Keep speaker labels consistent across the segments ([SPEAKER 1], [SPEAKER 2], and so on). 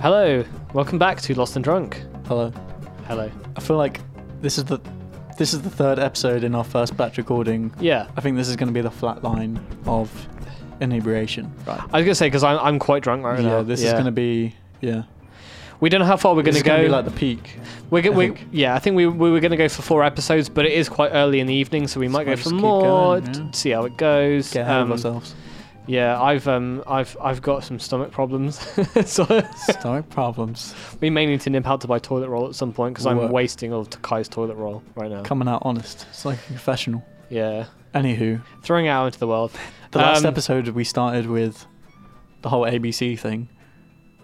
[SPEAKER 1] Hello, welcome back to Lost and Drunk.
[SPEAKER 2] Hello.
[SPEAKER 1] Hello.
[SPEAKER 2] I feel like this is the this is the third episode in our first batch recording.
[SPEAKER 1] Yeah,
[SPEAKER 2] I think this is going to be the flat line of inebriation. Right.
[SPEAKER 1] I was gonna say because I'm I'm quite drunk right now.
[SPEAKER 2] yeah. This is going to be yeah.
[SPEAKER 1] We don't know how far we're
[SPEAKER 2] This
[SPEAKER 1] gonna
[SPEAKER 2] is gonna be
[SPEAKER 1] go.
[SPEAKER 2] like the peak.
[SPEAKER 1] we're go-
[SPEAKER 2] I
[SPEAKER 1] we,
[SPEAKER 2] think.
[SPEAKER 1] yeah, I think we we were gonna go for four episodes, but it is quite early in the evening, so we
[SPEAKER 2] So we'll
[SPEAKER 1] might go
[SPEAKER 2] just
[SPEAKER 1] for
[SPEAKER 2] keep
[SPEAKER 1] more.
[SPEAKER 2] going,
[SPEAKER 1] t-
[SPEAKER 2] yeah.
[SPEAKER 1] See how it goes.
[SPEAKER 2] Get ahead of
[SPEAKER 1] Um,
[SPEAKER 2] ourselves.
[SPEAKER 1] yeah, I've um I've I've got some stomach problems, so
[SPEAKER 2] Stomach problems
[SPEAKER 1] we may need to nip out to buy toilet roll at some point because I'm
[SPEAKER 2] Work.
[SPEAKER 1] wasting all of Kai's toilet roll right now.
[SPEAKER 2] coming out honest. It's like a confessional.
[SPEAKER 1] Yeah,
[SPEAKER 2] Anywho,
[SPEAKER 1] throwing it out into the world.
[SPEAKER 2] the last
[SPEAKER 1] Um,
[SPEAKER 2] episode we started with the whole ABC thing,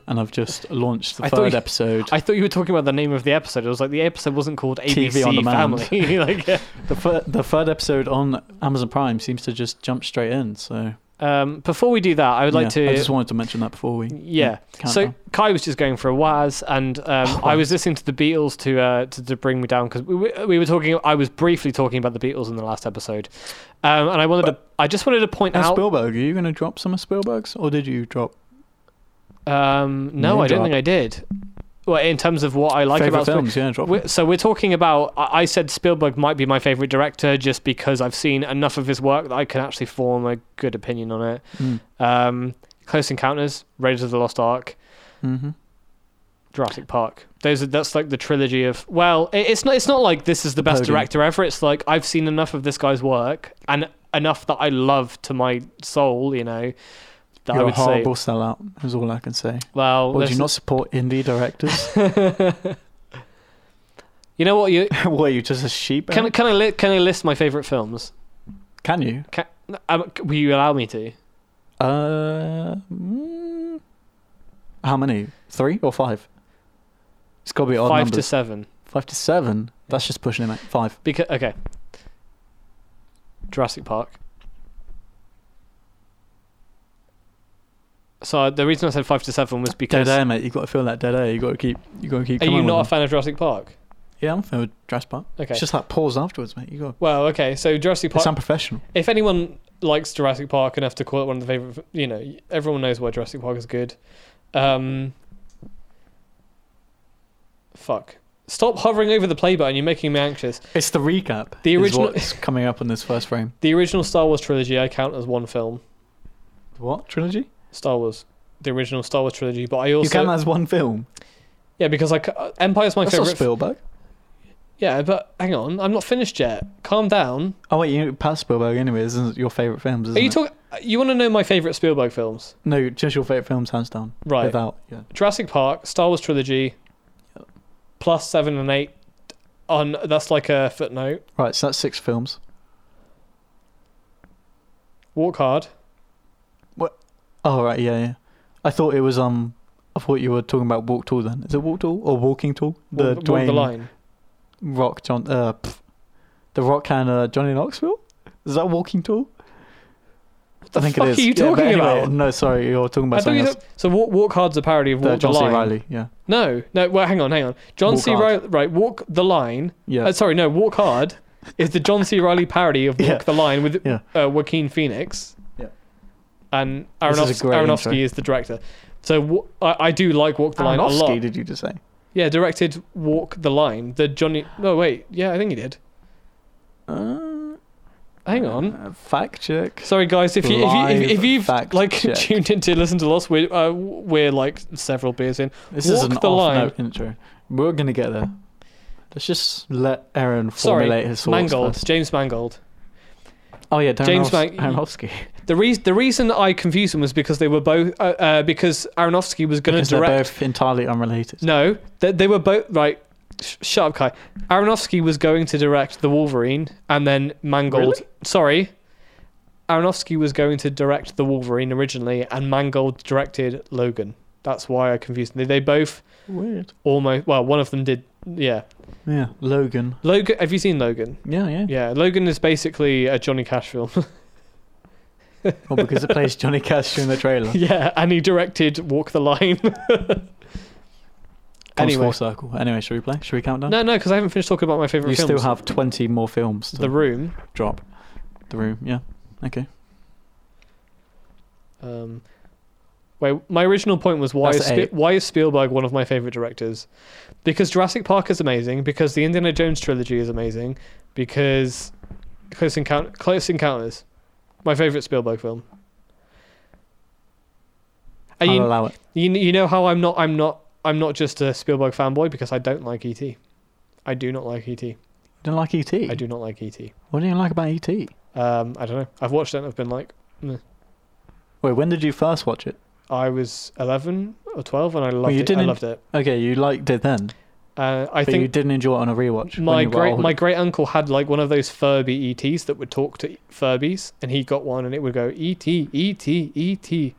[SPEAKER 2] and I've just launched the
[SPEAKER 1] I thought
[SPEAKER 2] third
[SPEAKER 1] you-
[SPEAKER 2] episode.
[SPEAKER 1] I thought you were talking about the name of the episode. It was like the episode wasn't called ABC
[SPEAKER 2] TV on demand.
[SPEAKER 1] Family. like, yeah.
[SPEAKER 2] the, fir- the third episode on Amazon Prime seems to just jump straight in. So
[SPEAKER 1] um, before we do that, I would like
[SPEAKER 2] Yeah,
[SPEAKER 1] to.
[SPEAKER 2] I just wanted to mention that before we.
[SPEAKER 1] yeah.
[SPEAKER 2] count
[SPEAKER 1] So
[SPEAKER 2] down.
[SPEAKER 1] Kai was just going for a Waz, and um, I was listening to the Beatles to uh, to, to bring me down because we, were- we were talking. I was briefly talking about the Beatles in the last episode, um, and I wanted to. I just wanted to point
[SPEAKER 2] Now,
[SPEAKER 1] out.
[SPEAKER 2] Spielberg, are you going to drop some of Spielberg's, or did you drop
[SPEAKER 1] um, no,
[SPEAKER 2] Name
[SPEAKER 1] I don't
[SPEAKER 2] drop.
[SPEAKER 1] think I did. Well, in terms of what I like
[SPEAKER 2] favorite
[SPEAKER 1] about Spielberg-
[SPEAKER 2] films? Yeah, drop.
[SPEAKER 1] We're, so we're talking about. I I said Spielberg might be my favorite director just because I've seen enough of his work that I can actually form a good opinion on it. Um, Close Encounters, Raiders of the Lost Ark,
[SPEAKER 2] mm-hmm.
[SPEAKER 1] Jurassic Park. Those are, that's like the trilogy of. Well, it, it's not. It's not like this is the best
[SPEAKER 2] Hogan.
[SPEAKER 1] director ever. It's like I've seen enough of this guy's work and enough that I love to my soul. You know, that I
[SPEAKER 2] You're a
[SPEAKER 1] would say.
[SPEAKER 2] horrible sellout. Is all I can say.
[SPEAKER 1] Well,
[SPEAKER 2] Well, do
[SPEAKER 1] this-
[SPEAKER 2] you not support indie directors?
[SPEAKER 1] you know what? You
[SPEAKER 2] Were you just a sheep?
[SPEAKER 1] can. I-
[SPEAKER 2] Eric?
[SPEAKER 1] Can I li- can I list my favorite films?
[SPEAKER 2] Can you?
[SPEAKER 1] Can, um, will you allow me to?
[SPEAKER 2] Uh, mm, how many? Three or five? It's got to be odd
[SPEAKER 1] five to
[SPEAKER 2] numbers.
[SPEAKER 1] seven.
[SPEAKER 2] five to seven. That's just pushing it. mate. Five.
[SPEAKER 1] Because okay, Jurassic Park. So the reason I said five to seven was because
[SPEAKER 2] Dead air, mate. You got to feel that dead air. You got to keep. You got to keep.
[SPEAKER 1] are
[SPEAKER 2] coming
[SPEAKER 1] you
[SPEAKER 2] with
[SPEAKER 1] not a
[SPEAKER 2] them.
[SPEAKER 1] fan of Jurassic Park?
[SPEAKER 2] Yeah, I'm fine with dress part.
[SPEAKER 1] Okay.
[SPEAKER 2] It's just that pause afterwards, mate. You got.
[SPEAKER 1] well, okay. So Jurassic Park.
[SPEAKER 2] It's unprofessional.
[SPEAKER 1] if anyone likes Jurassic Park enough to call it one of the favorite, you know, everyone knows why Jurassic Park is good. Um, fuck. Stop hovering over the play button. You're making me anxious.
[SPEAKER 2] It's the recap.
[SPEAKER 1] The
[SPEAKER 2] is
[SPEAKER 1] original-
[SPEAKER 2] what's coming up on this first frame.
[SPEAKER 1] The original Star Wars trilogy I count as one film.
[SPEAKER 2] What trilogy?
[SPEAKER 1] Star Wars, the original Star Wars trilogy. But I also
[SPEAKER 2] you can as one film.
[SPEAKER 1] Yeah, because like uh, Empire's my
[SPEAKER 2] That's not
[SPEAKER 1] favorite.
[SPEAKER 2] Spielberg.
[SPEAKER 1] yeah, but hang on, I'm not finished yet. Calm down.
[SPEAKER 2] Oh wait, you know, past Spielberg anyway. This isn't your favorite films? Isn't
[SPEAKER 1] Are you
[SPEAKER 2] it?
[SPEAKER 1] talking? You want to know my favorite Spielberg films?
[SPEAKER 2] No, just your favorite films, hands down.
[SPEAKER 1] Right.
[SPEAKER 2] Without. Yeah.
[SPEAKER 1] Jurassic Park, Star Wars trilogy, plus seven and eight. On that's like a footnote.
[SPEAKER 2] Right. So that's six films.
[SPEAKER 1] Walk Hard.
[SPEAKER 2] Oh right. Yeah. Yeah. I thought it was um. I thought you were talking about Walk Tall then. Is it Walk Tall or Walking Tall? The
[SPEAKER 1] Walk, Walk
[SPEAKER 2] Dwayne
[SPEAKER 1] the line.
[SPEAKER 2] Rock John. Uh, pff, the Rock and uh, Johnny Knoxville. Is that Walking Tall?
[SPEAKER 1] What the
[SPEAKER 2] I think
[SPEAKER 1] fuck
[SPEAKER 2] it is.
[SPEAKER 1] are you
[SPEAKER 2] Yeah, but
[SPEAKER 1] talking
[SPEAKER 2] anyway,
[SPEAKER 1] about?
[SPEAKER 2] No, sorry, you're talking about
[SPEAKER 1] I thought
[SPEAKER 2] something
[SPEAKER 1] you
[SPEAKER 2] else.
[SPEAKER 1] said- so Walk, Walk Hard's a parody of
[SPEAKER 2] The
[SPEAKER 1] Walk
[SPEAKER 2] John
[SPEAKER 1] the
[SPEAKER 2] C.
[SPEAKER 1] Line.
[SPEAKER 2] Riley. Yeah.
[SPEAKER 1] No, no. Well, hang on, hang on. John
[SPEAKER 2] Walk
[SPEAKER 1] C.
[SPEAKER 2] Hard.
[SPEAKER 1] Riley. Right, Walk the Line.
[SPEAKER 2] Yeah.
[SPEAKER 1] Uh, sorry, no. Walk Hard is the John C. Riley parody of Walk
[SPEAKER 2] Yeah.
[SPEAKER 1] the Line with
[SPEAKER 2] Yeah.
[SPEAKER 1] uh, Joaquin Phoenix.
[SPEAKER 2] Yeah.
[SPEAKER 1] And
[SPEAKER 2] This
[SPEAKER 1] Aronofsky,
[SPEAKER 2] is a great intro.
[SPEAKER 1] Aronofsky is the director. So wa- I, I do like Walk the Line a lot.
[SPEAKER 2] Aronofsky, did you just say?
[SPEAKER 1] Yeah, directed Walk the Line. The Johnny. No, wait. Yeah, I think he did.
[SPEAKER 2] Uh,
[SPEAKER 1] Hang on.
[SPEAKER 2] uh, fact check.
[SPEAKER 1] Sorry, guys. If you if, you,
[SPEAKER 2] Live
[SPEAKER 1] if, if you've
[SPEAKER 2] fact
[SPEAKER 1] like
[SPEAKER 2] check.
[SPEAKER 1] tuned in to listen to us, we're uh, we're like several beers in.
[SPEAKER 2] This is
[SPEAKER 1] Walk
[SPEAKER 2] an
[SPEAKER 1] the
[SPEAKER 2] off
[SPEAKER 1] line.
[SPEAKER 2] note intro. We're gonna get there. Let's just let Aaron
[SPEAKER 1] Sorry,
[SPEAKER 2] formulate his thoughts
[SPEAKER 1] Mangold,
[SPEAKER 2] first.
[SPEAKER 1] James Mangold.
[SPEAKER 2] Oh yeah, Darren
[SPEAKER 1] James
[SPEAKER 2] James
[SPEAKER 1] Mang-
[SPEAKER 2] Aronofsky.
[SPEAKER 1] The reason the reason I confused them was because they were both uh, uh, because Aronofsky was going to
[SPEAKER 2] Because they're
[SPEAKER 1] direct
[SPEAKER 2] both entirely unrelated.
[SPEAKER 1] No, they, they were both right. Sh- shut up, Kai. Aronofsky was going to direct The Wolverine, and then Mangold.
[SPEAKER 2] Really?
[SPEAKER 1] Sorry, Aronofsky was going to direct The Wolverine originally, and Mangold directed Logan. That's why I confused them. They, they both
[SPEAKER 2] Weird.
[SPEAKER 1] almost. Well, one of them did. Yeah,
[SPEAKER 2] Yeah, Logan.
[SPEAKER 1] Logan. Have you seen Logan?
[SPEAKER 2] Yeah, yeah.
[SPEAKER 1] Yeah, Logan is basically a Johnny Cash film.
[SPEAKER 2] Well, because it plays Johnny Cash in the trailer. Comes
[SPEAKER 1] yeah, and he directed Walk the Line. anyway,
[SPEAKER 2] full circle. Anyway, should we play? Should we count down?
[SPEAKER 1] no, no, because I haven't finished talking about my favorite
[SPEAKER 2] you
[SPEAKER 1] films.
[SPEAKER 2] still have twenty more films to
[SPEAKER 1] The Room.
[SPEAKER 2] drop. The room. Yeah. Okay.
[SPEAKER 1] Um, Wait, my original point was why is
[SPEAKER 2] That's
[SPEAKER 1] Spi-
[SPEAKER 2] eight.
[SPEAKER 1] why is Spielberg one of my favorite directors? Because Jurassic Park is amazing. Because the Indiana Jones trilogy is amazing. Because Close, Encount- Close Encounters, my favorite Spielberg film. And
[SPEAKER 2] I'll
[SPEAKER 1] you,
[SPEAKER 2] allow it.
[SPEAKER 1] you you know how I'm not I'm not I'm not just a Spielberg fanboy because I don't like ET. I do not like ET.
[SPEAKER 2] You don't like ET.
[SPEAKER 1] I do not like ET.
[SPEAKER 2] What do you like about E ET? Wait,
[SPEAKER 1] Um, I don't know. I've watched it and I've been like,
[SPEAKER 2] when did you first watch it?
[SPEAKER 1] I was 11 or 12 and I loved
[SPEAKER 2] you
[SPEAKER 1] it. I
[SPEAKER 2] didn't-
[SPEAKER 1] loved it.
[SPEAKER 2] Okay, you liked it then,
[SPEAKER 1] Uh, I
[SPEAKER 2] but
[SPEAKER 1] think
[SPEAKER 2] you didn't enjoy it on a rewatch. when
[SPEAKER 1] my
[SPEAKER 2] you were
[SPEAKER 1] great
[SPEAKER 2] older.
[SPEAKER 1] my great uncle had like one of those Furby ETs that would talk to Furbies, and he got one, and it would go "E ET ET ET.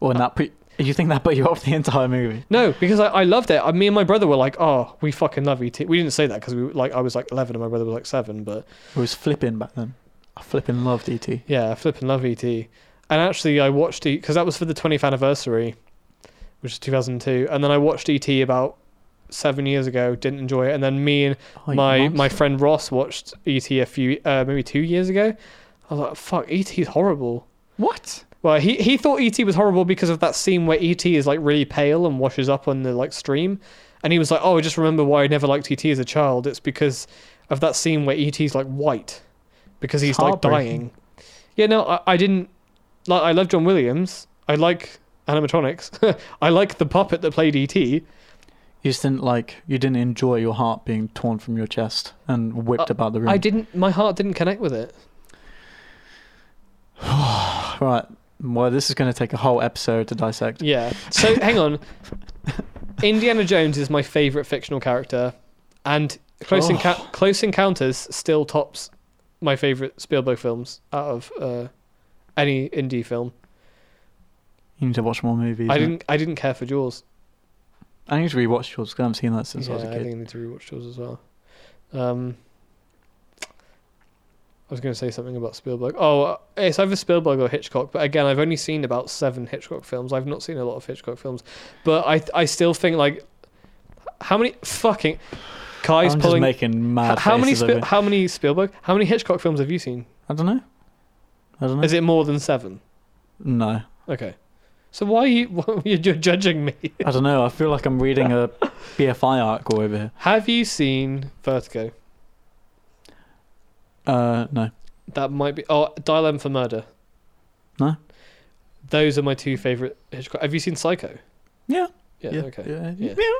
[SPEAKER 2] or that pre- you think that put you off the entire movie?
[SPEAKER 1] No, because I, I loved it. I, me and my brother were like, "Oh, we fucking love ET." We didn't say that because we were, like I was like eleven and my brother was like seven, but
[SPEAKER 2] It was flipping back then. I flipping loved E ET.
[SPEAKER 1] yeah, I flipping love ET. And actually, I watched ET because that was for the 20th anniversary, which is 2002, and then I watched ET about seven years ago. Didn't enjoy it, and then me and
[SPEAKER 2] Oh, you
[SPEAKER 1] my my
[SPEAKER 2] monster.
[SPEAKER 1] friend Ross watched ET a few uh, maybe two years ago. I was like, "Fuck, ET is horrible."
[SPEAKER 2] what?
[SPEAKER 1] Well, he he thought ET was horrible because of that scene where ET is like really pale and washes up on the like stream, and he was like, "Oh, I just remember why I never liked ET as a child. It's because of that scene where ET's like white, because
[SPEAKER 2] It's
[SPEAKER 1] he's like
[SPEAKER 2] heartbreaking.
[SPEAKER 1] dying." Yeah, no, I, I didn't like. I love John Williams. I like animatronics. I like the puppet that played E ET.
[SPEAKER 2] You just didn't like. You didn't enjoy your heart being torn from your chest and whipped
[SPEAKER 1] Uh,
[SPEAKER 2] about the room.
[SPEAKER 1] I didn't. My heart didn't connect with it.
[SPEAKER 2] Right. Well, this is going to take a whole episode to dissect.
[SPEAKER 1] Yeah. So hang on. Indiana Jones is my favorite fictional character, and Close,
[SPEAKER 2] Oh.
[SPEAKER 1] Enca- Close Encounters still tops my favorite Spielberg films out of uh, any indie film.
[SPEAKER 2] You need to watch more movies.
[SPEAKER 1] I
[SPEAKER 2] innit?
[SPEAKER 1] didn't. I didn't care for Jaws.
[SPEAKER 2] I need to rewatch yours 'cause I haven't seen that since I was a
[SPEAKER 1] Yeah, I
[SPEAKER 2] kid.
[SPEAKER 1] think I need to rewatch Jaws as well. Um, I was going to say something about Spielberg. Oh, uh, it's either Spielberg or Hitchcock. But again, I've only seen about seven Hitchcock films. I've not seen a lot of Hitchcock films. But I, I still think like, how many fucking Kai's
[SPEAKER 2] I'm just
[SPEAKER 1] pulling?
[SPEAKER 2] making mad
[SPEAKER 1] h- how many?
[SPEAKER 2] faces over
[SPEAKER 1] Spi- how many Spielberg? How many Hitchcock films have you seen?
[SPEAKER 2] I don't know. I don't know.
[SPEAKER 1] Is it more than seven?
[SPEAKER 2] no.
[SPEAKER 1] Okay. So why are you you're judging me?
[SPEAKER 2] I don't know. I feel like I'm reading a BFI article over here.
[SPEAKER 1] Have you seen Vertigo?
[SPEAKER 2] Uh, no.
[SPEAKER 1] That might be. Oh, Dial M for Murder.
[SPEAKER 2] No.
[SPEAKER 1] Those are my two favorite Hitchcock. Have you seen Psycho?
[SPEAKER 2] Yeah.
[SPEAKER 1] Yeah. okay.
[SPEAKER 2] Yeah.
[SPEAKER 1] Yeah.
[SPEAKER 2] yeah.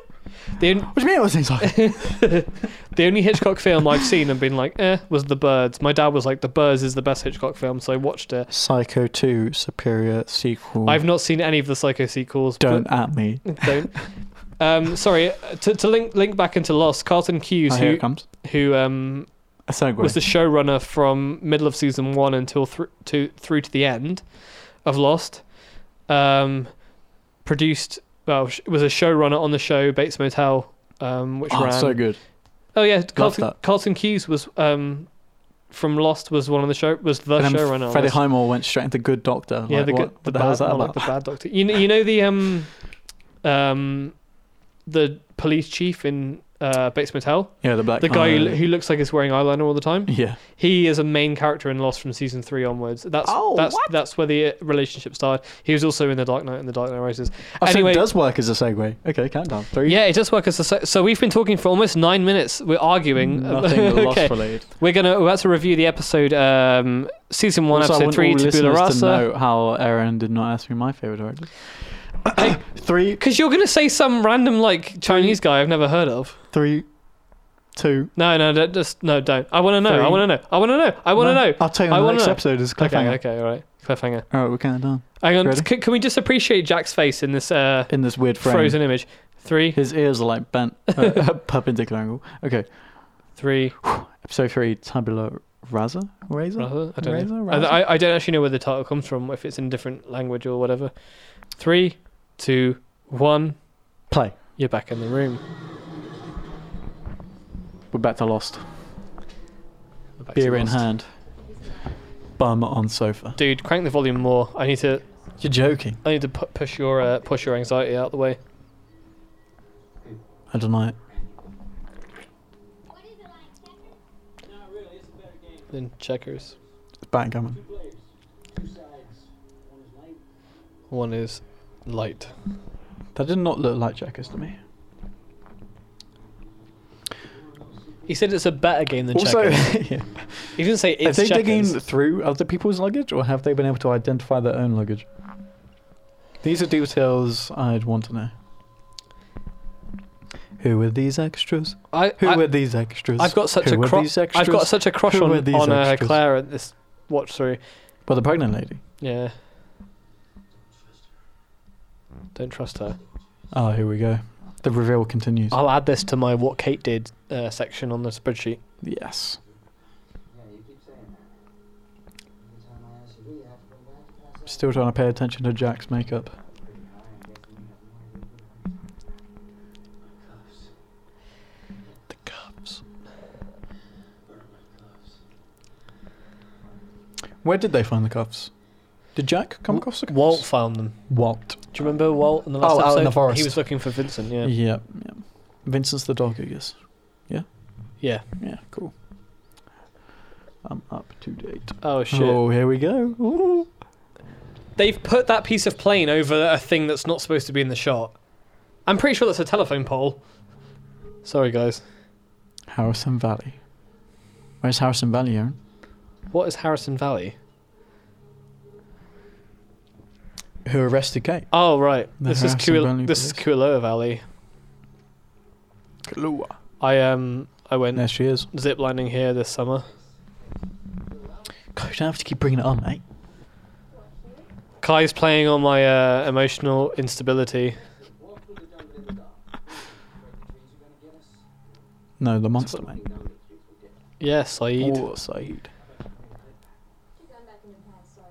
[SPEAKER 1] The, on-
[SPEAKER 2] What do you mean it was inside?
[SPEAKER 1] the only Hitchcock film I've seen and been like, eh, was The Birds. My dad was like, The Birds is the best Hitchcock film, so I watched it.
[SPEAKER 2] Psycho 2 superior sequel.
[SPEAKER 1] I've not seen any of the Psycho sequels. but-
[SPEAKER 2] don't at me.
[SPEAKER 1] don't. Um, sorry. uh, To, to link link back into Lost, Carlton Hughes,
[SPEAKER 2] Oh, here
[SPEAKER 1] who
[SPEAKER 2] it comes.
[SPEAKER 1] who um
[SPEAKER 2] A segue.
[SPEAKER 1] was the showrunner from middle of season one until thr to through to the end of Lost. Um, produced well, sh- was a showrunner on the show Bates Motel, um, which
[SPEAKER 2] oh,
[SPEAKER 1] ran.
[SPEAKER 2] so good.
[SPEAKER 1] Oh yeah, Carlton,
[SPEAKER 2] that.
[SPEAKER 1] Carlton Hughes was um, from Lost was one of the show was the
[SPEAKER 2] and then
[SPEAKER 1] showrunner. on
[SPEAKER 2] Freddie
[SPEAKER 1] Lost.
[SPEAKER 2] Highmore went straight into Good Doctor.
[SPEAKER 1] yeah,
[SPEAKER 2] Like,
[SPEAKER 1] the,
[SPEAKER 2] what,
[SPEAKER 1] good-
[SPEAKER 2] what
[SPEAKER 1] the,
[SPEAKER 2] the, hell is
[SPEAKER 1] bad,
[SPEAKER 2] that
[SPEAKER 1] not like
[SPEAKER 2] about?
[SPEAKER 1] the bad doctor. You know, you know the um, um, the police chief in uh, Bates Motel,
[SPEAKER 2] yeah, the black
[SPEAKER 1] the guy who,
[SPEAKER 2] eye.
[SPEAKER 1] lo- who looks like he's wearing eyeliner all the time.
[SPEAKER 2] Yeah.
[SPEAKER 1] He is a main character in Lost from season three onwards. That's
[SPEAKER 2] Oh,
[SPEAKER 1] that's
[SPEAKER 2] what?
[SPEAKER 1] that's where the uh, relationship started. He was also in the Dark Knight and the Dark Knight Rises.
[SPEAKER 2] Oh,
[SPEAKER 1] Anyway-
[SPEAKER 2] so it does work as a segue. Okay, countdown. Three.
[SPEAKER 1] Yeah, it does work as a. se- So we've been talking for almost nine minutes. We're arguing.
[SPEAKER 2] Nothing lost related.
[SPEAKER 1] we're gonna we're about to review the episode um season one
[SPEAKER 2] Also, I
[SPEAKER 1] episode
[SPEAKER 2] want
[SPEAKER 1] three
[SPEAKER 2] all
[SPEAKER 1] Tabula
[SPEAKER 2] listeners to
[SPEAKER 1] Rasa
[SPEAKER 2] know how Aaron did not ask me my favorite director. three,
[SPEAKER 1] because you're gonna say some random like Chinese guy I've never heard of.
[SPEAKER 2] three, two.
[SPEAKER 1] No, no, don't, just no, don't. I want to know. I
[SPEAKER 2] Three.
[SPEAKER 1] want to know. I want to know. I want to
[SPEAKER 2] No,
[SPEAKER 1] know.
[SPEAKER 2] I'll tell you
[SPEAKER 1] I
[SPEAKER 2] on the
[SPEAKER 1] wanna
[SPEAKER 2] next
[SPEAKER 1] know.
[SPEAKER 2] episode is
[SPEAKER 1] Okay,
[SPEAKER 2] cliffhanger.
[SPEAKER 1] okay, all right. Cliffhanger.
[SPEAKER 2] All right, we're counting down
[SPEAKER 1] Hang on.
[SPEAKER 2] Ready?
[SPEAKER 1] Can, can we just appreciate Jack's face in this uh
[SPEAKER 2] in this weird frame.
[SPEAKER 1] frozen image? Three,
[SPEAKER 2] His ears are like bent, uh, perpendicular angle. Okay,
[SPEAKER 1] three.
[SPEAKER 2] episode three, tabula rasa, razor.
[SPEAKER 1] Rather? I don't
[SPEAKER 2] Razor?
[SPEAKER 1] know.
[SPEAKER 2] Razor?
[SPEAKER 1] I, I don't actually know where the title comes from, if it's in different language or whatever. Three, two, one.
[SPEAKER 2] Play.
[SPEAKER 1] You're back in the room.
[SPEAKER 2] We're back to Lost.
[SPEAKER 1] We're back to
[SPEAKER 2] Beer in
[SPEAKER 1] Lost.
[SPEAKER 2] hand. Bum on sofa.
[SPEAKER 1] Dude, crank the volume more. I need to.
[SPEAKER 2] You're joking.
[SPEAKER 1] I need to pu- push your uh, push your anxiety out the way.
[SPEAKER 2] I don't know.
[SPEAKER 1] Then checkers.
[SPEAKER 2] Backgammon.
[SPEAKER 1] One is light.
[SPEAKER 2] That did not look like Checkers to me.
[SPEAKER 3] He said it's a better game than
[SPEAKER 2] also,
[SPEAKER 3] checkers.
[SPEAKER 2] yeah.
[SPEAKER 1] He didn't say
[SPEAKER 2] Are
[SPEAKER 1] it's
[SPEAKER 2] they digging
[SPEAKER 1] checkers.
[SPEAKER 2] through other people's luggage, or have they been able to identify their own luggage? These are details I'd want to know. Who are these extras?
[SPEAKER 1] I,
[SPEAKER 2] Who
[SPEAKER 1] I,
[SPEAKER 2] are these extras?
[SPEAKER 1] I've got such
[SPEAKER 2] Who
[SPEAKER 1] a
[SPEAKER 2] are
[SPEAKER 1] cru-
[SPEAKER 2] these
[SPEAKER 1] I've
[SPEAKER 2] extras?
[SPEAKER 1] got such a crush
[SPEAKER 2] Who
[SPEAKER 1] on
[SPEAKER 2] are these
[SPEAKER 1] on uh,
[SPEAKER 2] extras?
[SPEAKER 1] Claire at this watch through.
[SPEAKER 2] Well, the pregnant lady.
[SPEAKER 1] Yeah. Don't trust her.
[SPEAKER 2] Oh, here we go. The reveal continues.
[SPEAKER 3] I'll add this to my what Kate did uh, section on the spreadsheet.
[SPEAKER 2] Yes. Still trying to pay attention to Jack's makeup.
[SPEAKER 3] The cuffs.
[SPEAKER 2] Where did they find the cuffs? Did Jack come across the cuffs?
[SPEAKER 3] Walt found them.
[SPEAKER 2] Walt.
[SPEAKER 3] Do you remember Walt in the last
[SPEAKER 2] Oh,
[SPEAKER 3] episode?
[SPEAKER 2] out in the forest.
[SPEAKER 3] He was looking for Vincent. Yeah.
[SPEAKER 2] Yeah. yeah, Vincent's the dog, I guess.
[SPEAKER 3] Yeah.
[SPEAKER 2] Yeah, cool. I'm up to date.
[SPEAKER 3] Oh shit.
[SPEAKER 2] Oh, here we go. Ooh.
[SPEAKER 1] They've put that piece of plane over a thing that's not supposed to be in the shot. I'm pretty sure that's a telephone pole. Sorry, guys.
[SPEAKER 2] Harrison Valley. Where's Harrison Valley, Aaron?
[SPEAKER 3] What is Harrison Valley?
[SPEAKER 2] Who arrested Kate?
[SPEAKER 1] Oh right,
[SPEAKER 2] The
[SPEAKER 1] this is
[SPEAKER 2] Harrison
[SPEAKER 1] Kuil-
[SPEAKER 2] Valley
[SPEAKER 1] this is
[SPEAKER 2] Police.
[SPEAKER 1] Kualoa Valley.
[SPEAKER 2] Kahlua.
[SPEAKER 1] I um I went
[SPEAKER 2] There she is.
[SPEAKER 1] zip lining here this summer.
[SPEAKER 2] God, you don't have to keep bringing it on, mate.
[SPEAKER 1] Kai's playing on my uh, emotional instability.
[SPEAKER 2] No, the monster, mate.
[SPEAKER 1] Yes, Saeed.
[SPEAKER 2] Oh, Saeed.
[SPEAKER 4] Keep going back in the past, sorry.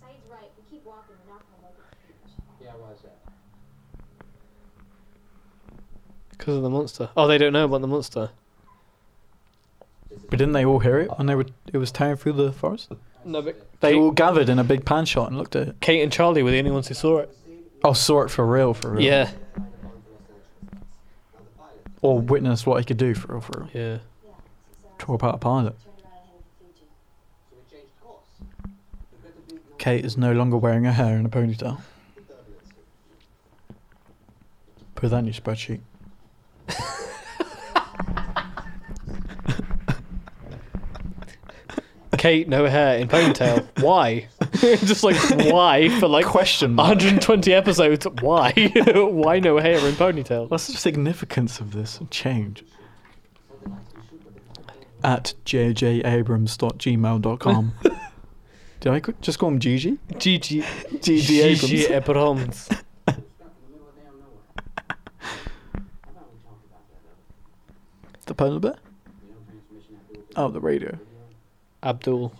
[SPEAKER 4] Saeed's right. We keep walking. We're not gonna make it to the beach.
[SPEAKER 1] Because of the monster. Oh, they don't know about the monster.
[SPEAKER 2] But didn't they all hear it when they were? It was tearing through the forest.
[SPEAKER 1] No, but
[SPEAKER 2] They
[SPEAKER 1] Kate,
[SPEAKER 2] all gathered in a big pan shot and looked at it.
[SPEAKER 1] Kate and Charlie were the only ones who saw it.
[SPEAKER 2] Oh, saw it for real, for real.
[SPEAKER 1] Yeah.
[SPEAKER 2] Or witnessed what he could do for real, for real.
[SPEAKER 1] Yeah.
[SPEAKER 4] Yeah, six hours.
[SPEAKER 2] Tore apart a pilot.
[SPEAKER 4] Turn around and head for Fiji.
[SPEAKER 2] Kate is no longer wearing her hair in a ponytail. Put that in your spreadsheet.
[SPEAKER 1] Kate, no hair in ponytail. why? Just like why for like
[SPEAKER 2] Question mark.
[SPEAKER 1] 120 episodes. Why? why no hair in ponytail?
[SPEAKER 2] What's the significance of this change? At jjabrams.gmail.com. Did I c- just call him Gigi?
[SPEAKER 1] GG.
[SPEAKER 2] Gigi
[SPEAKER 1] GG Abrams.
[SPEAKER 2] The polar bear? Oh, the radio.
[SPEAKER 1] Abdul.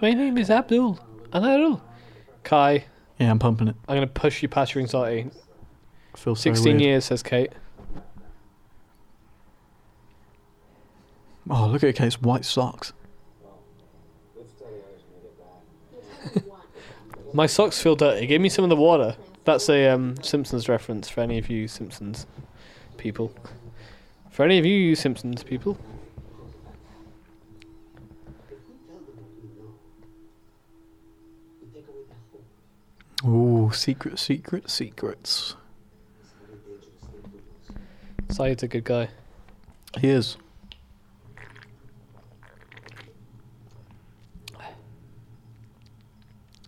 [SPEAKER 1] My name is Abdul. And I don't. Kai,
[SPEAKER 2] Yeah, I'm pumping it.
[SPEAKER 1] I'm gonna push you past your anxiety.
[SPEAKER 2] I feel so
[SPEAKER 1] 16
[SPEAKER 2] weird.
[SPEAKER 1] years, says Kate.
[SPEAKER 2] Oh, look at Kate's white socks.
[SPEAKER 1] My socks feel dirty. Give me some of the water. That's a um, Simpsons reference for any of you Simpsons people. For any of you, you Simpsons people.
[SPEAKER 2] Ooh, secret, secret, secrets.
[SPEAKER 1] Saeed's a good guy.
[SPEAKER 2] He is.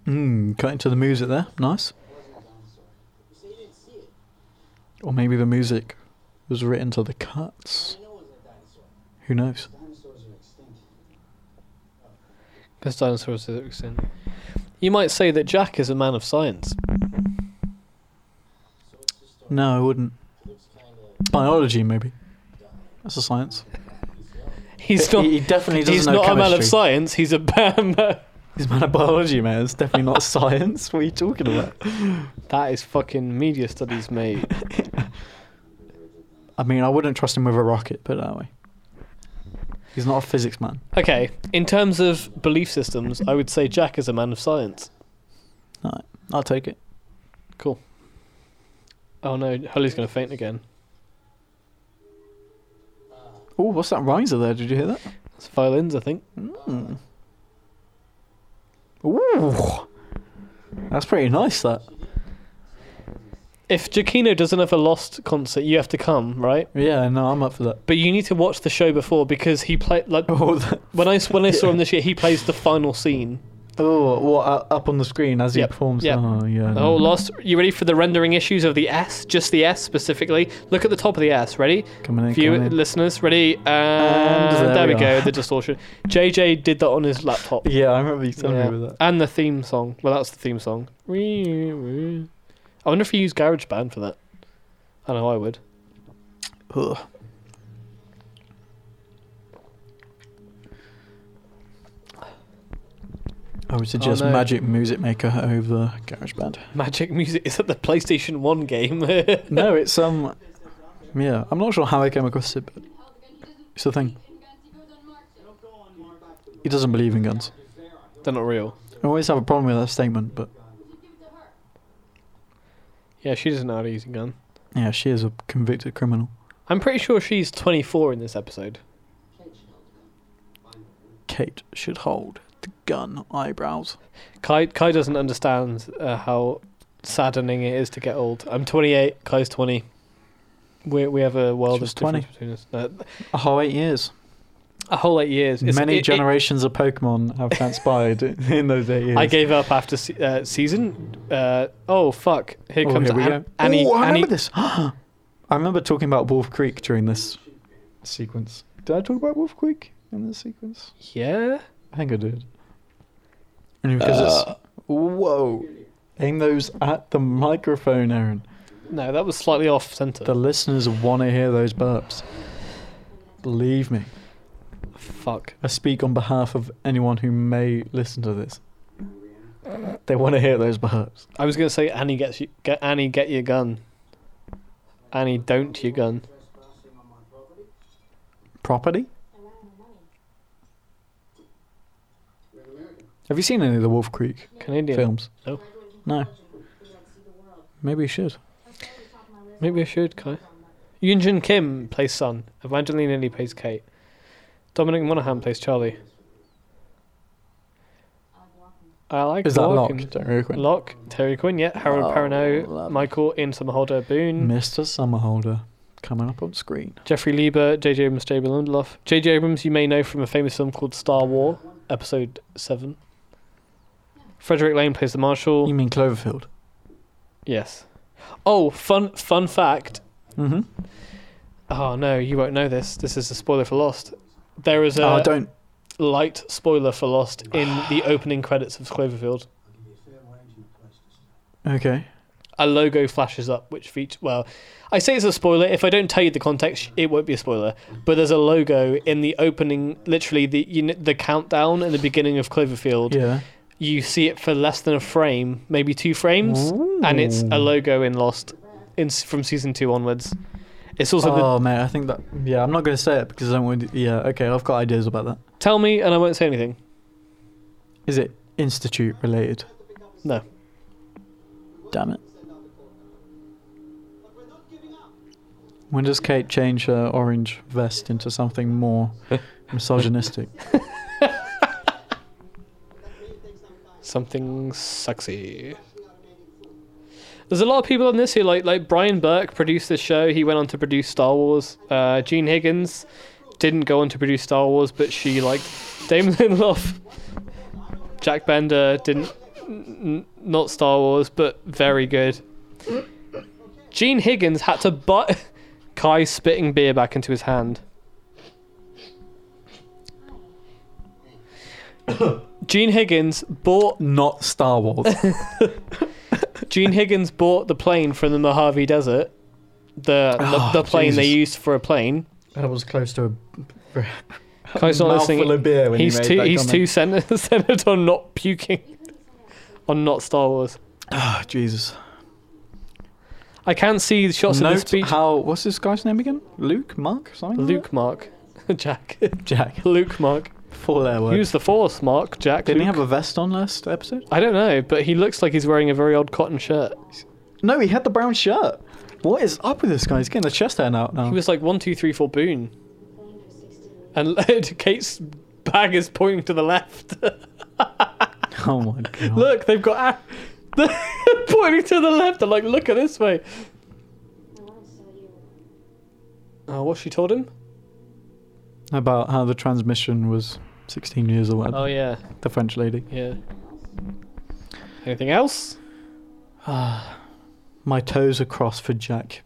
[SPEAKER 2] Mmm, cut into the music there. Nice. Or maybe the music was written to the cuts. Who knows?
[SPEAKER 1] Because dinosaurs are extinct. You might say that Jack is a man of science.
[SPEAKER 2] No, I wouldn't. Biology, maybe. That's a science.
[SPEAKER 1] He's not.
[SPEAKER 2] he definitely doesn't
[SPEAKER 1] he's
[SPEAKER 2] know
[SPEAKER 1] not a man of
[SPEAKER 2] chemistry.
[SPEAKER 1] science. He's a man.
[SPEAKER 2] He's man of biology, man. It's definitely not science. What are you talking about?
[SPEAKER 1] that is fucking media studies, mate.
[SPEAKER 2] I mean, I wouldn't trust him with a rocket, put it that way. He's not a physics man.
[SPEAKER 1] Okay, in terms of belief systems, I would say Jack is a man of science.
[SPEAKER 2] Alright, I'll take it.
[SPEAKER 1] Cool. Oh no, Holly's gonna faint again.
[SPEAKER 2] Oh, what's that riser there? Did you hear that?
[SPEAKER 1] It's violins, I think.
[SPEAKER 2] Mm. Ooh. That's pretty nice. That.
[SPEAKER 1] If Giacchino does another Lost concert, you have to come, right?
[SPEAKER 2] Yeah. No, I'm up for that.
[SPEAKER 1] But you need to watch the show before because he played like
[SPEAKER 2] Oh, that.
[SPEAKER 1] when I when I saw him this year, he plays the final scene.
[SPEAKER 2] Oh, what uh, up on the screen as he
[SPEAKER 1] Yep,
[SPEAKER 2] performs?
[SPEAKER 1] yep.
[SPEAKER 2] Oh, yeah.
[SPEAKER 1] The whole Lost. You ready for the rendering issues of the S? Just the S specifically. Look at the top of the S. Ready?
[SPEAKER 2] Coming in,
[SPEAKER 1] View
[SPEAKER 2] coming in.
[SPEAKER 1] listeners, ready? And,
[SPEAKER 2] there
[SPEAKER 1] there,
[SPEAKER 2] we
[SPEAKER 1] we go.
[SPEAKER 2] are.
[SPEAKER 1] The distortion. JJ did that on his laptop.
[SPEAKER 2] Yeah, I remember you telling
[SPEAKER 1] Yeah.
[SPEAKER 2] me about that.
[SPEAKER 1] And the theme song. Well, that's the theme song. I wonder if you use GarageBand for that. I know I would.
[SPEAKER 2] Ugh. I would suggest
[SPEAKER 1] no.
[SPEAKER 2] Magic Music Maker over GarageBand.
[SPEAKER 1] Magic Music is that the PlayStation One game?
[SPEAKER 2] no, it's um, yeah. I'm not sure how I came across it, but it's the thing. He doesn't believe in guns.
[SPEAKER 1] They're not real.
[SPEAKER 2] I always have a problem with that statement, but
[SPEAKER 1] Yeah, she doesn't know how to use a gun.
[SPEAKER 2] yeah, she is a convicted criminal.
[SPEAKER 1] I'm pretty sure she's 24 in this episode.
[SPEAKER 2] Kate should hold the gun eyebrows.
[SPEAKER 1] Kai Kai doesn't understand uh, how saddening it is to get old. I'm 28. Kai's 20. We we have a world
[SPEAKER 2] She's
[SPEAKER 1] of difference between us. Uh,
[SPEAKER 2] A whole eight years.
[SPEAKER 1] a whole eight years. It's-
[SPEAKER 2] Many
[SPEAKER 1] it- it-
[SPEAKER 2] generations of Pokemon have transpired in those eight years.
[SPEAKER 1] I gave up after se- uh, season. Uh, oh fuck! Here
[SPEAKER 2] Oh,
[SPEAKER 1] comes
[SPEAKER 2] here we
[SPEAKER 1] An-
[SPEAKER 2] go.
[SPEAKER 1] Annie.
[SPEAKER 2] oh, I
[SPEAKER 1] Annie.
[SPEAKER 2] remember this. I remember talking about Wolf Creek during this sequence. Did I talk about Wolf Creek in this sequence?
[SPEAKER 1] Yeah.
[SPEAKER 2] I think I did. And because it's Uh, whoa, aim those at the microphone, Aaron.
[SPEAKER 1] No, that was slightly off center.
[SPEAKER 2] The listeners want to hear those burps. Believe me,
[SPEAKER 1] fuck.
[SPEAKER 2] I speak on behalf of anyone who may listen to this. They want to hear those burps.
[SPEAKER 1] I was gonna say Annie gets you. Get, Annie, get your gun. Annie, don't your gun.
[SPEAKER 2] Property? Have you seen any of the Wolf Creek
[SPEAKER 1] Canadian.
[SPEAKER 2] films?
[SPEAKER 1] No.
[SPEAKER 2] No. Maybe you should.
[SPEAKER 1] Maybe I should, Kai. Yunjin Kim plays Son. Evangeline Lilly plays Kate. Dominic Monaghan plays Charlie. I like
[SPEAKER 2] Is that
[SPEAKER 1] walking.
[SPEAKER 2] locked? Don't really quick.
[SPEAKER 1] Locke, Terry Quinn, yeah. Harold
[SPEAKER 2] Oh,
[SPEAKER 1] Perrineau,
[SPEAKER 2] love.
[SPEAKER 1] Michael Ian Somerhalder Boone,
[SPEAKER 2] Mr. Summerholder coming up on screen.
[SPEAKER 1] Jeffrey Lieber, J.J. Abrams, J.B. Lindelof. J.J. Abrams, you may know from a famous film called Star War, Episode 7. Frederick Lane plays the Marshal.
[SPEAKER 2] You mean Cloverfield?
[SPEAKER 1] Yes. Oh, fun fun fact.
[SPEAKER 2] Mm-hmm.
[SPEAKER 1] Oh no, you won't know this. This is a spoiler for Lost. There is a
[SPEAKER 2] oh, don't.
[SPEAKER 1] light spoiler for Lost in the opening credits of Cloverfield.
[SPEAKER 2] Okay.
[SPEAKER 1] A logo flashes up, which feature. Well, I say it's a spoiler. If I don't tell you the context, it won't be a spoiler. But there's a logo in the opening, literally the you kn- the countdown and the beginning of Cloverfield.
[SPEAKER 2] Yeah.
[SPEAKER 1] You see it for less than a frame, maybe two frames, and it's a
[SPEAKER 2] Ooh.
[SPEAKER 1] logo in Lost, in s- from season two onwards. It's also the
[SPEAKER 2] Oh, man, I think that. Yeah, I'm not going to say it because I don't want to. Yeah, okay, I've got ideas about that.
[SPEAKER 1] tell me, and I won't say anything.
[SPEAKER 2] Is it Institute related?
[SPEAKER 1] No,
[SPEAKER 2] Damn it. When does Kate change her orange vest into something more misogynistic?
[SPEAKER 1] something sexy. There's a lot of people on this who like like Brian Burke produced this show. He went on to produce Star Wars. Uh, Gene Higgins didn't go on to produce Star Wars, but she liked Damon Lindelof. Jack Bender didn't n- n- not Star Wars, but very good. Gene Higgins had to butt Kai spitting beer back into his hand. Gene Higgins bought
[SPEAKER 2] Not Star Wars.
[SPEAKER 1] Gene Higgins bought the plane from the Mojave Desert, the
[SPEAKER 2] Oh,
[SPEAKER 1] the, the plane they
[SPEAKER 2] Jesus.
[SPEAKER 1] used for a plane.
[SPEAKER 2] that was close to a.
[SPEAKER 1] Kai's not listening.
[SPEAKER 2] beer when
[SPEAKER 1] he's too he's too centered, centered on not puking, on not Star Wars.
[SPEAKER 2] Ah, Jesus.
[SPEAKER 1] I can see the shots of
[SPEAKER 2] Note
[SPEAKER 1] this beach.
[SPEAKER 2] how what's this guy's name again? Luke, Mark, something. like
[SPEAKER 1] Luke Mark, Jack.
[SPEAKER 2] that? Jack.
[SPEAKER 1] Luke Mark.
[SPEAKER 2] Four letter word.
[SPEAKER 1] Use the Force, Mark. Jack.
[SPEAKER 2] Didn't he
[SPEAKER 1] Luke.
[SPEAKER 2] have a vest on last episode?
[SPEAKER 1] I don't know, but he looks like he's wearing a very odd cotton shirt.
[SPEAKER 2] No, he had the brown shirt. What is up with this guy? He's getting the chest hair out now.
[SPEAKER 1] He was like one, two, three, four, Boone, and Kate's bag is pointing to the left.
[SPEAKER 2] oh my god.
[SPEAKER 1] Look, they've got Ar- pointing to the left. I'm like, look at this way.
[SPEAKER 4] I want to sell you.
[SPEAKER 1] Oh, what she told him?
[SPEAKER 2] About how the transmission was 16 years or whatever.
[SPEAKER 1] Oh yeah,
[SPEAKER 2] The French lady.
[SPEAKER 1] yeah. Anything else?
[SPEAKER 2] My toes are crossed for Jack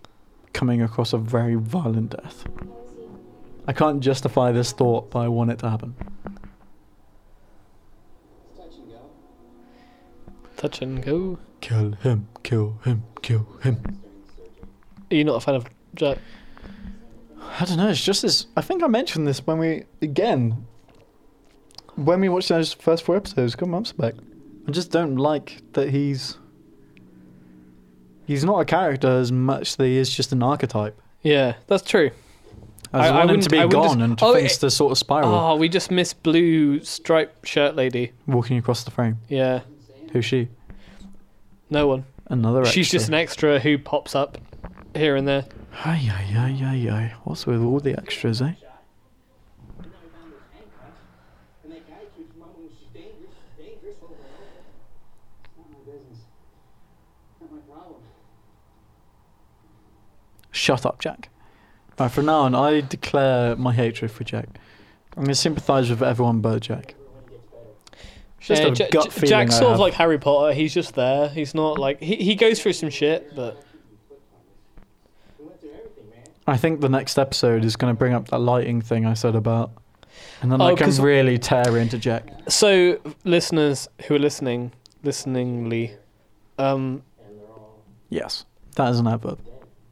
[SPEAKER 2] coming across a very violent death.
[SPEAKER 4] How is he?
[SPEAKER 2] I can't justify this thought, but I want it to happen.
[SPEAKER 1] Touch and go.
[SPEAKER 2] Kill him, kill him, kill him.
[SPEAKER 1] Are you not a fan of Jack?
[SPEAKER 2] I don't know, it's just this. I think I mentioned this when we. Again. When we watched those first four episodes, a couple months back. I just don't like that he's. He's not a character as much that he is just an archetype.
[SPEAKER 1] Yeah, that's true.
[SPEAKER 2] I, just
[SPEAKER 1] I- I
[SPEAKER 2] want him to
[SPEAKER 1] wouldn't-
[SPEAKER 2] be
[SPEAKER 1] I wouldn't
[SPEAKER 2] gone
[SPEAKER 1] just-
[SPEAKER 2] and to
[SPEAKER 1] oh,
[SPEAKER 2] face
[SPEAKER 1] it-
[SPEAKER 2] the sort of spiral
[SPEAKER 1] Oh, we just missed blue striped shirt lady.
[SPEAKER 2] walking across the frame.
[SPEAKER 1] Yeah,
[SPEAKER 2] Who's she?
[SPEAKER 1] no one.
[SPEAKER 2] Another
[SPEAKER 1] She's just an
[SPEAKER 2] extra.
[SPEAKER 1] extra who pops up here and there.
[SPEAKER 2] Ay, ay, ay, ay, ay. What's with all the extras, eh?
[SPEAKER 5] And that guy keeps mumbling she's dangerous, she's dangerous over and over. It's not my business. Not my problem.
[SPEAKER 2] Shut up, Jack. Right, from now on, I declare my hatred for Jack. I'm going to sympathise with everyone but Jack. It's Just
[SPEAKER 1] Yeah,
[SPEAKER 2] a
[SPEAKER 1] Eh, Ja-
[SPEAKER 2] gut
[SPEAKER 1] Ja-
[SPEAKER 2] feeling
[SPEAKER 1] Jack's
[SPEAKER 2] I
[SPEAKER 1] sort of
[SPEAKER 2] have.
[SPEAKER 1] like Harry Potter. He's just there. He's not like he, he goes through some shit, but
[SPEAKER 5] We went through everything, man.
[SPEAKER 2] I think the next episode is going to bring up that lighting thing I said about, and then
[SPEAKER 1] Oh,
[SPEAKER 2] I can
[SPEAKER 1] 'cause-
[SPEAKER 2] really tear into Jack.
[SPEAKER 1] so listeners who are listening, listeningly, um,
[SPEAKER 2] Yes, that is an adverb.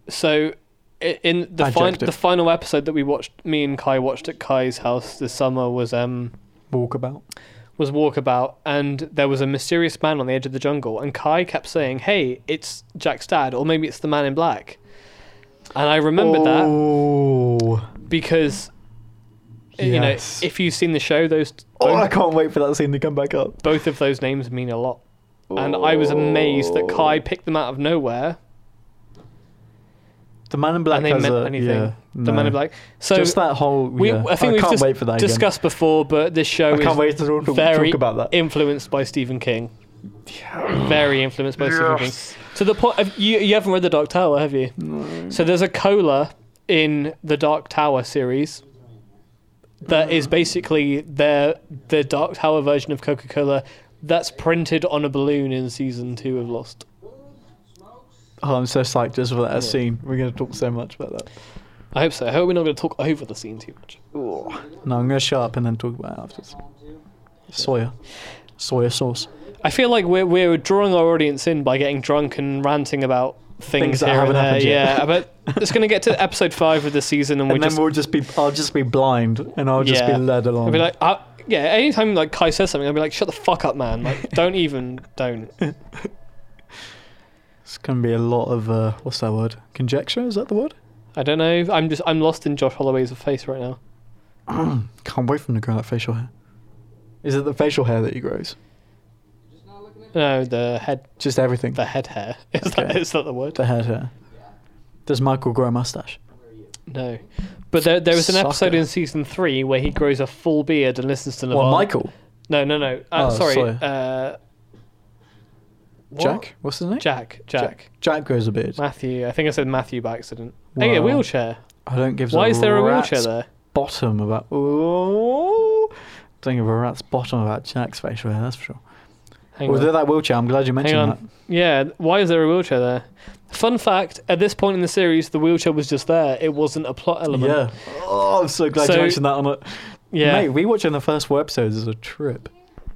[SPEAKER 1] so i- in the fin-
[SPEAKER 2] Adjective.
[SPEAKER 1] the final episode that we watched, me and Kai watched at Kai's house this summer was um
[SPEAKER 2] Walkabout.
[SPEAKER 1] was Walkabout, and there was a mysterious man on the edge of the jungle, and Kai kept saying, "Hey, it's Jack's dad, or maybe it's the Man in Black," and I remembered that.
[SPEAKER 2] oh.
[SPEAKER 1] because you know
[SPEAKER 2] Yes.
[SPEAKER 1] if you've seen the show those
[SPEAKER 2] Oh, I
[SPEAKER 1] both,
[SPEAKER 2] can't wait for that scene to come back up.
[SPEAKER 1] both of those names mean a lot and i was amazed that
[SPEAKER 2] Oh.
[SPEAKER 1] kai picked them out of nowhere
[SPEAKER 2] The Man in Black
[SPEAKER 1] and they
[SPEAKER 2] has
[SPEAKER 1] meant
[SPEAKER 2] a-
[SPEAKER 1] anything
[SPEAKER 2] yeah,
[SPEAKER 1] the man
[SPEAKER 2] no.
[SPEAKER 1] in black so
[SPEAKER 2] just that whole.
[SPEAKER 1] we,
[SPEAKER 2] yeah.
[SPEAKER 1] i think we've
[SPEAKER 2] can't
[SPEAKER 1] just
[SPEAKER 2] wait for that. again.
[SPEAKER 1] discussed before but this show
[SPEAKER 2] I
[SPEAKER 1] is
[SPEAKER 2] can't wait to talk,
[SPEAKER 1] very
[SPEAKER 2] talk about that.
[SPEAKER 1] influenced by stephen king very influenced by stephen king to the point of, you, you haven't read the dark tower have you so there's a cola in the dark tower series that is basically their the Dark Tower version of Coca Cola that's printed on a balloon in season two of Lost.
[SPEAKER 2] Oh, I'm so psyched just for that scene. We're going to talk so much about that.
[SPEAKER 1] I hope so. I hope we're not going to talk over the scene too much.
[SPEAKER 2] No, I'm going to shut up and then talk about it afterwards. Soya. Soya sauce.
[SPEAKER 1] I feel like we're we're drawing our audience in by getting drunk and ranting about things,
[SPEAKER 2] Things that
[SPEAKER 1] here
[SPEAKER 2] haven't
[SPEAKER 1] and there.
[SPEAKER 2] happened yet.
[SPEAKER 1] Yeah, but it's going to get to episode five of the season, and,
[SPEAKER 2] And
[SPEAKER 1] we're
[SPEAKER 2] then
[SPEAKER 1] just
[SPEAKER 2] we'll just be, I'll just be blind and I'll just
[SPEAKER 1] yeah.
[SPEAKER 2] be led along.
[SPEAKER 1] I'll be like, uh, yeah. Anytime like Kai says something, I'll be like, shut the fuck up, man. Like, don't even, don't.
[SPEAKER 2] it's going to be a lot of, uh, what's that word? Conjecture? Is that the word?
[SPEAKER 1] I don't know. I'm just I'm lost in Josh Holloway's face right now.
[SPEAKER 2] Can't wait for him to grow that facial hair. Is it the facial hair that he grows?
[SPEAKER 1] No, the head
[SPEAKER 2] Just everything.
[SPEAKER 1] the head hair. Is, that,
[SPEAKER 2] Okay.
[SPEAKER 1] is that the word?
[SPEAKER 2] The head hair. Does Michael grow a mustache?
[SPEAKER 1] No. But there, there was an episode
[SPEAKER 2] Sucker.
[SPEAKER 1] in season three where he grows a full beard and listens to Nirvana.
[SPEAKER 2] Well, Michael.
[SPEAKER 1] No, no, no. Uh,
[SPEAKER 2] Oh,
[SPEAKER 1] sorry.
[SPEAKER 2] sorry.
[SPEAKER 1] Uh, what?
[SPEAKER 2] Jack? What's his name?
[SPEAKER 1] Jack. Jack.
[SPEAKER 2] Jack grows a beard.
[SPEAKER 1] Matthew. I think I said Matthew by accident. Hey, a
[SPEAKER 2] Wow.
[SPEAKER 1] wheelchair.
[SPEAKER 2] I don't give.
[SPEAKER 1] Why is there a wheelchair
[SPEAKER 2] rat's
[SPEAKER 1] there?
[SPEAKER 2] Bottom about. Oh, don't give a rat's bottom about Jack's facial hair. That's for sure.
[SPEAKER 1] Hang
[SPEAKER 2] Although
[SPEAKER 1] on.
[SPEAKER 2] that wheelchair, I'm glad you
[SPEAKER 1] Hang
[SPEAKER 2] mentioned that.
[SPEAKER 1] on. Yeah, why is there a wheelchair there? Fun fact at this point in the series, the wheelchair was just there. It wasn't a plot element.
[SPEAKER 2] Yeah. Oh, I'm so glad
[SPEAKER 1] So-
[SPEAKER 2] you mentioned that. On it.
[SPEAKER 1] Yeah.
[SPEAKER 2] Mate, rewatching the first four episodes is a trip.
[SPEAKER 4] How's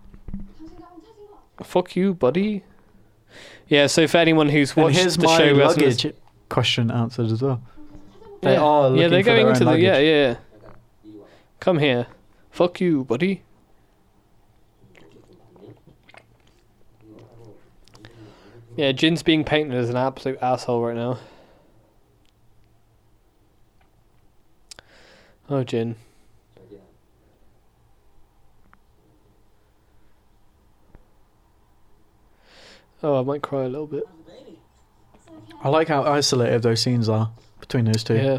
[SPEAKER 4] he got on Tessie Walk?
[SPEAKER 1] Fuck you, buddy. Yeah, so for anyone who's
[SPEAKER 2] And
[SPEAKER 1] watched
[SPEAKER 2] here's
[SPEAKER 1] the
[SPEAKER 2] my
[SPEAKER 1] show who hasn't-
[SPEAKER 2] luggage question answered as well. They
[SPEAKER 1] yeah.
[SPEAKER 2] are looking
[SPEAKER 1] yeah, they're
[SPEAKER 2] for
[SPEAKER 1] going
[SPEAKER 2] their
[SPEAKER 1] into
[SPEAKER 2] own
[SPEAKER 1] the yeah,
[SPEAKER 2] luggage.
[SPEAKER 1] yeah. Come here, fuck you, buddy. Yeah, Jin's being painted as an absolute asshole right now. Oh, Jin. Oh, I might cry a little bit.
[SPEAKER 2] I like how isolated those scenes are between those two.
[SPEAKER 1] Yeah.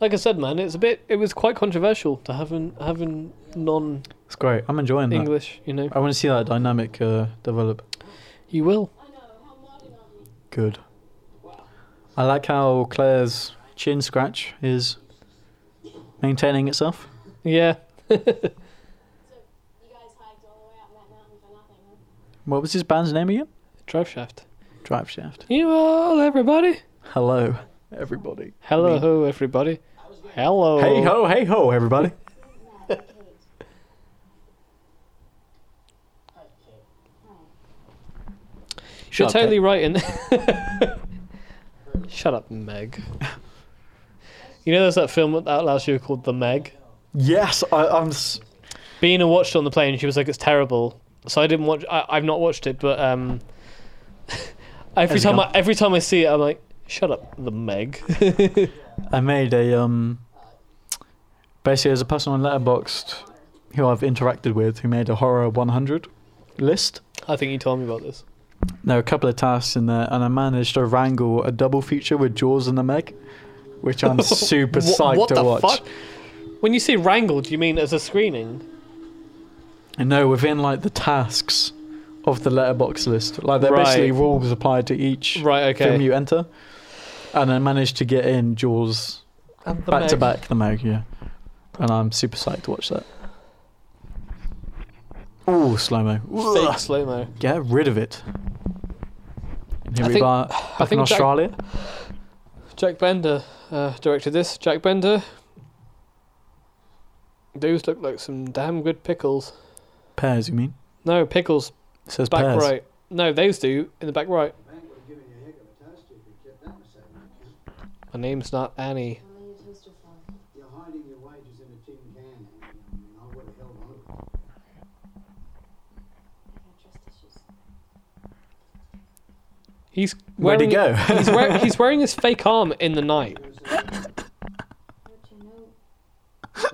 [SPEAKER 1] Like I said, man, it's a bit. It was quite controversial to having having non
[SPEAKER 2] It's great. I'm enjoying that.
[SPEAKER 1] English, you know.
[SPEAKER 2] I want to see that dynamic uh, develop.
[SPEAKER 1] You will.
[SPEAKER 4] I know, how mobbing on me.
[SPEAKER 2] Good. I like how Claire's chin scratch is maintaining itself.
[SPEAKER 1] Yeah.
[SPEAKER 4] So, you guys hiked all the way out in that mountain for nothing, huh?
[SPEAKER 2] What was his band's name again?
[SPEAKER 1] Drive shaft.
[SPEAKER 2] Drive Shaft.
[SPEAKER 1] You all, everybody.
[SPEAKER 2] Hello, everybody.
[SPEAKER 1] Hello, ho, everybody. Hello.
[SPEAKER 2] Hey ho, hey ho, everybody.
[SPEAKER 4] Kate.
[SPEAKER 1] You're
[SPEAKER 2] Shut up,
[SPEAKER 1] totally right in. Shut up, Meg. You know, there's that film out last year called The Meg.
[SPEAKER 2] Yes, I, I'm. S-
[SPEAKER 1] Bina watched it on the plane. and She was like, "It's terrible." So I didn't watch. I, I've not watched it, but um, every
[SPEAKER 2] Has it
[SPEAKER 1] time I,
[SPEAKER 2] gone?
[SPEAKER 1] every time I see it, I'm like, "Shut up, The Meg."
[SPEAKER 2] I made a um. Basically, there's a person on Letterboxd who I've interacted with who made a horror 100 list.
[SPEAKER 1] I think you told me about this.
[SPEAKER 2] There were a couple of tasks in there, and I managed to wrangle a double feature with Jaws and the Meg, which I'm super
[SPEAKER 1] Wha-
[SPEAKER 2] psyched
[SPEAKER 1] what
[SPEAKER 2] to
[SPEAKER 1] the
[SPEAKER 2] watch.
[SPEAKER 1] fuck? When you say wrangle, do you mean as a screening?
[SPEAKER 2] And no, within like the tasks of the letterbox list, like they're
[SPEAKER 1] Right.
[SPEAKER 2] basically rules applied to each
[SPEAKER 1] Right, okay.
[SPEAKER 2] film you enter. And I managed to get in Jaws back to back, the Meg, yeah. And I'm super psyched to watch that. Ooh, slow mo.
[SPEAKER 1] Fake slow mo.
[SPEAKER 2] Get rid of it. And here
[SPEAKER 1] I
[SPEAKER 2] we
[SPEAKER 1] think-
[SPEAKER 2] are back in
[SPEAKER 1] think Jack-
[SPEAKER 2] Australia.
[SPEAKER 1] Jack Bender uh, directed this. Jack Bender. Those look like some damn good pickles.
[SPEAKER 2] Pears, you mean?
[SPEAKER 1] No, pickles
[SPEAKER 2] It says
[SPEAKER 1] back
[SPEAKER 2] pears.
[SPEAKER 1] right. No, those do in the back right.
[SPEAKER 5] Bank would have given you a heck of a toast if you kept that in sight.
[SPEAKER 1] My name's not Annie.
[SPEAKER 4] How many toaster for?
[SPEAKER 5] You're hiding your wages in a tin can. I mean, I would have held on to it.
[SPEAKER 4] I can't trust issues.
[SPEAKER 1] He's
[SPEAKER 2] Where'd he
[SPEAKER 1] wearing-
[SPEAKER 2] go?
[SPEAKER 1] he's, wear, he's wearing his fake arm in the night.
[SPEAKER 4] Don't you know?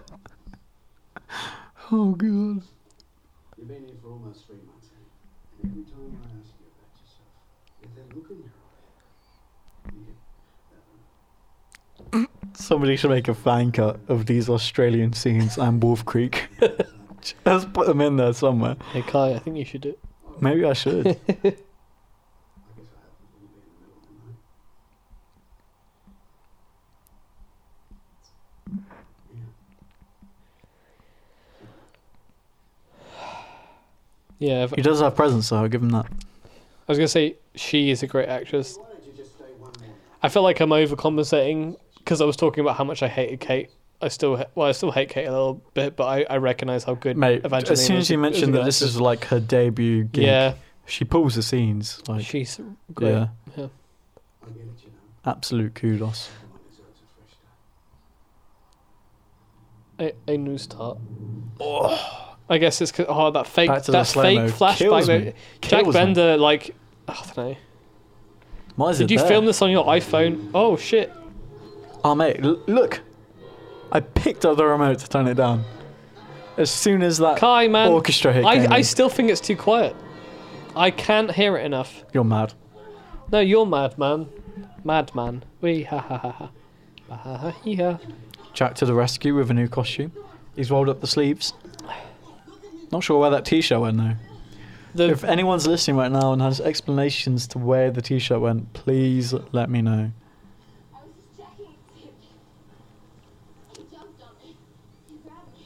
[SPEAKER 2] oh, God.
[SPEAKER 5] You've been here for almost three months, eh? and every time I ask you about yourself, with that look in your eye, you get uh, that one.
[SPEAKER 2] Somebody should make a fan cut of these Australian scenes and Wolf Creek. Let's put them in there somewhere.
[SPEAKER 1] Hey Kai, I think you should do.
[SPEAKER 2] Maybe I should.
[SPEAKER 5] I guess what happens when you be in the middle of the night.
[SPEAKER 1] Yeah, if, I
[SPEAKER 2] he does have presents, so I'll give him that.
[SPEAKER 1] was gonna say she is a great actress.
[SPEAKER 5] Why don't you just stay one more night?
[SPEAKER 1] I feel like I'm overcompensating because I was talking about how much I hated Kate. I still, ha- well, I still hate Kate a little bit, but I, I recognize how good
[SPEAKER 2] Mate,
[SPEAKER 1] Evangeline
[SPEAKER 2] as soon
[SPEAKER 1] is-
[SPEAKER 2] as you mentioned
[SPEAKER 1] a
[SPEAKER 2] that
[SPEAKER 1] good
[SPEAKER 2] this
[SPEAKER 1] actress.
[SPEAKER 2] is like her debut gig,
[SPEAKER 1] yeah,
[SPEAKER 2] she pulls the scenes. Like,
[SPEAKER 1] she's great.
[SPEAKER 2] yeah,
[SPEAKER 5] I get it, you know.
[SPEAKER 2] absolute kudos.
[SPEAKER 5] Everyone deserves a fresh start.
[SPEAKER 1] A, a new start. I guess it's 'cause- oh that fake
[SPEAKER 2] Back to the
[SPEAKER 1] that fake
[SPEAKER 2] slow-mo
[SPEAKER 1] flashback.
[SPEAKER 2] kills me.
[SPEAKER 1] That, Jack
[SPEAKER 2] Kills me.
[SPEAKER 1] Bender like I don't know.
[SPEAKER 2] Why is
[SPEAKER 1] Did
[SPEAKER 2] it
[SPEAKER 1] you
[SPEAKER 2] there?
[SPEAKER 1] film this on your iPhone? Oh shit!
[SPEAKER 2] Oh, mate, l- look. I picked up the remote to turn it down. As soon as that
[SPEAKER 1] Kai man,
[SPEAKER 2] orchestra hit came
[SPEAKER 1] I, I
[SPEAKER 2] in.
[SPEAKER 1] still think it's too quiet. I can't hear it enough.
[SPEAKER 2] you're mad.
[SPEAKER 1] No, you're mad man, mad man. Wee ha ha ha ha. Ba, ha, ha, hee, ha.
[SPEAKER 2] Jack to the rescue with a new costume. He's rolled up the sleeves. Not sure where that t-shirt went though.
[SPEAKER 1] The-
[SPEAKER 2] If anyone's listening right now and has explanations to where the t-shirt went, please let me know.
[SPEAKER 4] I was just checking to see if you. He jumped on me. He grabbed me.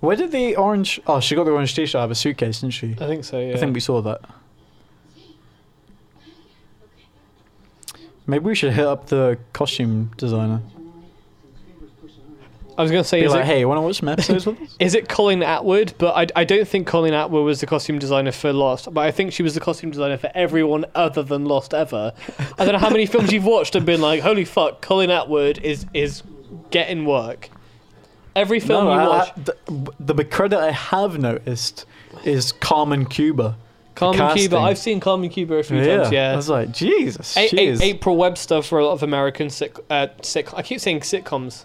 [SPEAKER 2] Where did the orange? Oh, she got the orange t-shirt out of a suitcase, didn't she?
[SPEAKER 1] I think so. Yeah.
[SPEAKER 2] I think we saw that. Maybe we should hit up the costume designer.
[SPEAKER 1] I was gonna say
[SPEAKER 2] Be
[SPEAKER 1] is
[SPEAKER 2] like,
[SPEAKER 1] it,
[SPEAKER 2] hey, you want to watch some episodes with us?
[SPEAKER 1] is it Colin Atwood? But I, I don't think Colin Atwood was the costume designer for Lost. But I think she was the costume designer for everyone other than Lost ever. I don't know how many films you've watched and been like, holy fuck, Colin Atwood is is getting work. Every film
[SPEAKER 2] No,
[SPEAKER 1] you
[SPEAKER 2] I- I-
[SPEAKER 1] watch,
[SPEAKER 2] the, the credit I have noticed is Carmen Cuba.
[SPEAKER 1] Carmen
[SPEAKER 2] casting.
[SPEAKER 1] Cuba. I've seen Carmen Cuba a few times.
[SPEAKER 2] I
[SPEAKER 1] Yeah.
[SPEAKER 2] was like, Jesus,
[SPEAKER 1] A-
[SPEAKER 2] she
[SPEAKER 1] A-
[SPEAKER 2] is.
[SPEAKER 1] April Webster for a lot of American sit- uh, sit- I keep saying sitcoms,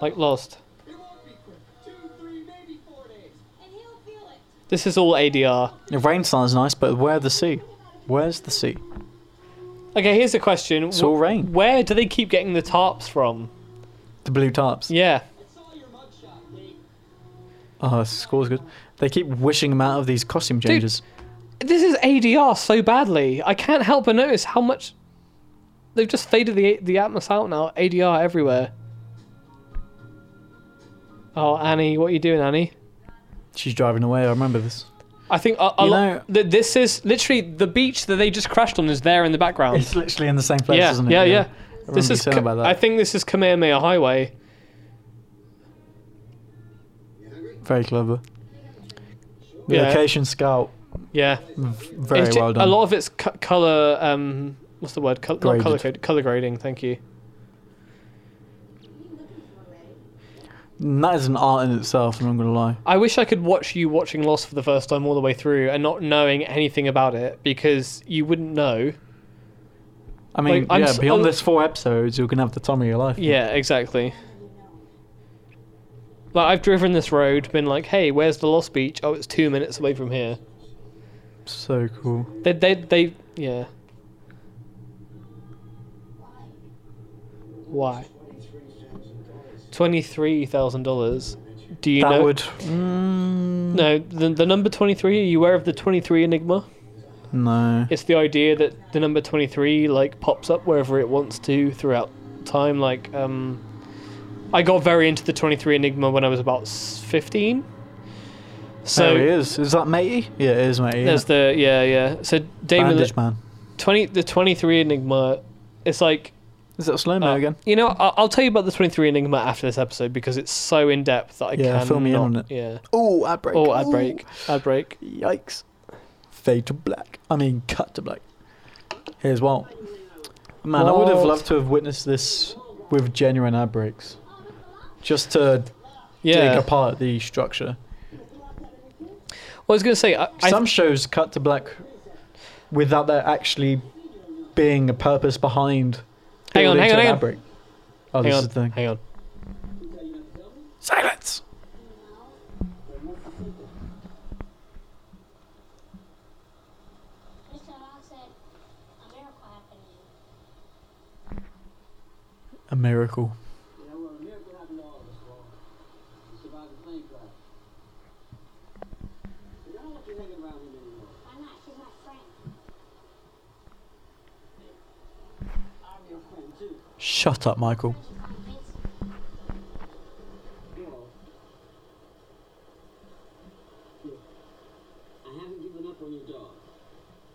[SPEAKER 1] like Lost.
[SPEAKER 5] It won't be quick. Two, three, maybe four days.
[SPEAKER 4] And he'll feel it.
[SPEAKER 1] This is all ADR.
[SPEAKER 2] The rain sounds nice, but where the sea? Where's the sea?
[SPEAKER 1] Okay, here's a question.
[SPEAKER 2] It's all rain.
[SPEAKER 1] Where do they keep getting the tarps from?
[SPEAKER 2] The blue tarps.
[SPEAKER 1] Yeah.
[SPEAKER 5] I saw your mugshot, Nate.
[SPEAKER 2] Oh, score's good. They keep wishing him out of these costume changes.
[SPEAKER 1] This is ADR so badly. I can't help but notice how much they've just faded the the Atmos out now. ADR everywhere. Oh, Annie, what are you doing, Annie?
[SPEAKER 2] She's driving away. I remember this.
[SPEAKER 1] I think a, a
[SPEAKER 2] You
[SPEAKER 1] lot,
[SPEAKER 2] know-
[SPEAKER 1] th- this is literally the beach that they just crashed on is there in the background.
[SPEAKER 2] It's literally in the same place,
[SPEAKER 1] yeah,
[SPEAKER 2] isn't it?
[SPEAKER 1] yeah, yeah.
[SPEAKER 2] I
[SPEAKER 1] This
[SPEAKER 2] remember you
[SPEAKER 1] is
[SPEAKER 2] saying
[SPEAKER 1] Ka-
[SPEAKER 2] about that.
[SPEAKER 1] I think this is Kamehameha Highway.
[SPEAKER 2] Very clever. The
[SPEAKER 1] Yeah.
[SPEAKER 2] location scout.
[SPEAKER 1] Yeah,
[SPEAKER 2] Very
[SPEAKER 1] It's ju-
[SPEAKER 2] well done.
[SPEAKER 1] A lot of it's co- color. Um, what's the word? Co- not
[SPEAKER 2] Graded.
[SPEAKER 1] color code. Color grading. Thank you.
[SPEAKER 2] And that is an art in itself. I'm not gonna lie.
[SPEAKER 1] I wish I could watch you watching Lost for the first time all the way through and not knowing anything about it because you wouldn't know.
[SPEAKER 2] I mean,
[SPEAKER 1] Like, I'm
[SPEAKER 2] yeah.
[SPEAKER 1] s-
[SPEAKER 2] beyond
[SPEAKER 1] I'm-
[SPEAKER 2] this four episodes, you're gonna have the time of your life.
[SPEAKER 1] Yeah, exactly. Like I've driven this road, been like, "Hey, where's the Lost Beach? Oh, it's two minutes away from here."
[SPEAKER 2] So cool.
[SPEAKER 1] They, they, they, yeah. Why? Twenty-three thousand dollars. Do you
[SPEAKER 2] that
[SPEAKER 1] know?
[SPEAKER 2] would. Mm,
[SPEAKER 1] No, the the number twenty-three. Are you aware of the twenty-three enigma?
[SPEAKER 2] No.
[SPEAKER 1] It's the idea that the number twenty-three like pops up wherever it wants to throughout time. Like, um, I got very into the twenty-three enigma when I was about s- fifteen. So
[SPEAKER 2] there he is. Is that matey? Yeah, it is matey.
[SPEAKER 1] there's the yeah yeah. So Damon
[SPEAKER 2] Bandage man.
[SPEAKER 1] twenty the twenty-three enigma. It's like
[SPEAKER 2] Is that slow mo
[SPEAKER 1] Uh,
[SPEAKER 2] again?
[SPEAKER 1] You know, I'll, I'll tell you about the 23 Enigma after this episode because it's so in depth that I
[SPEAKER 2] Yeah,
[SPEAKER 1] can.
[SPEAKER 2] fill me in on it.
[SPEAKER 1] Yeah.
[SPEAKER 2] Oh, ad break.
[SPEAKER 1] Oh, ad break. Ad break.
[SPEAKER 2] Yikes. Fade to black. I mean, cut to black. Here's Walt. Man, I would have
[SPEAKER 1] Walt.
[SPEAKER 2] loved to have witnessed this with genuine ad breaks. Just to
[SPEAKER 1] Yeah.
[SPEAKER 2] dig apart the structure.
[SPEAKER 1] Well, I was going to say, I, I,
[SPEAKER 2] Some shows cut to black without there actually being a purpose behind.
[SPEAKER 1] Hang on,
[SPEAKER 2] built
[SPEAKER 1] hang
[SPEAKER 2] into
[SPEAKER 1] on,
[SPEAKER 2] an
[SPEAKER 1] hang
[SPEAKER 2] ad
[SPEAKER 1] on.
[SPEAKER 2] break. Oh,
[SPEAKER 1] hang
[SPEAKER 2] this
[SPEAKER 1] on.
[SPEAKER 2] is the thing.
[SPEAKER 1] Hang on.
[SPEAKER 2] Silence!
[SPEAKER 4] Mr. Hawk said a miracle happened to you.
[SPEAKER 2] A miracle.
[SPEAKER 5] Yeah, well, a miracle happened to all of us, Walt. We survived the plane crash. We don't want you hanging around him anymore.
[SPEAKER 4] I'm not. She's my friend.
[SPEAKER 5] I'm your friend, too.
[SPEAKER 2] Shut up, Michael.
[SPEAKER 4] She's my Vincent.
[SPEAKER 5] Well, look, I haven't given up on your dog.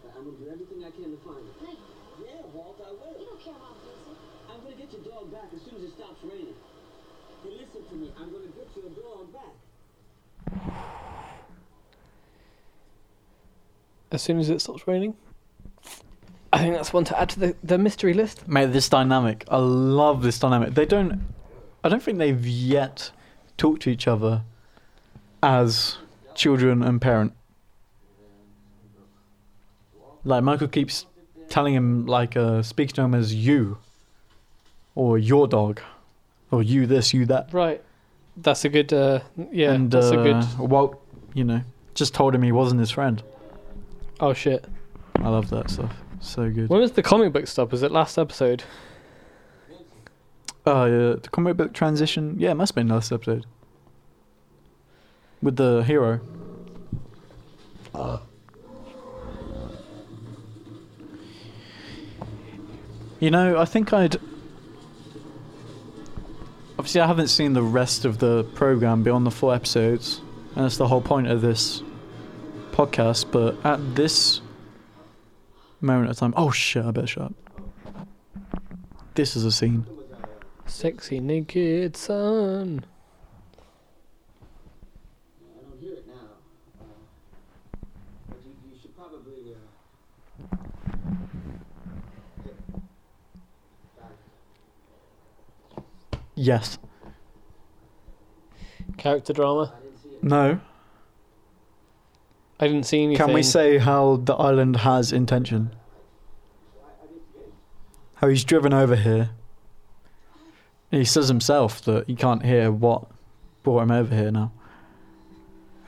[SPEAKER 5] But I'm gonna do everything I can to find it.
[SPEAKER 4] No, you don't.
[SPEAKER 5] Yeah, Walt, I
[SPEAKER 4] You
[SPEAKER 5] will.
[SPEAKER 4] don't care about Vincent.
[SPEAKER 5] I'm gonna get your dog back as soon as it stops raining. Hey, listen to me. I'm gonna get your dog back.
[SPEAKER 1] As soon as it stops raining. I think that's one to add to the, the mystery list.
[SPEAKER 2] Mate, this dynamic. I love this dynamic. They don't. I don't think they've yet talked to each other as children and parent. Like Michael keeps telling him, like, uh, speaks to him as you, or your dog, or you this, you that,
[SPEAKER 1] Right. That's a good, uh, yeah,
[SPEAKER 2] and
[SPEAKER 1] that's
[SPEAKER 2] uh,
[SPEAKER 1] a good,
[SPEAKER 2] Walt, you know, just told him he wasn't his friend.
[SPEAKER 1] oh shit.
[SPEAKER 2] I love that stuff. So good.
[SPEAKER 1] When was the comic book stop? Was it last episode?
[SPEAKER 2] Oh yeah, the comic book transition. Yeah, it must have been last episode. With the hero. You know, I think I'd. Obviously, I haven't seen the rest of the program beyond the four episodes, and that's the whole point of this podcast. But at this moment of time, oh shit, I better shut up. This is a scene.
[SPEAKER 1] Sexy naked sun.
[SPEAKER 5] I don't hear it now. Uh, but you, you should probably. Uh, get back.
[SPEAKER 2] Yes.
[SPEAKER 1] Character drama.
[SPEAKER 5] I didn't see it.
[SPEAKER 2] No.
[SPEAKER 1] I didn't see anything.
[SPEAKER 2] Can we say how the island has intention? How he's driven over here. And he says himself that he can't hear what brought him over here now.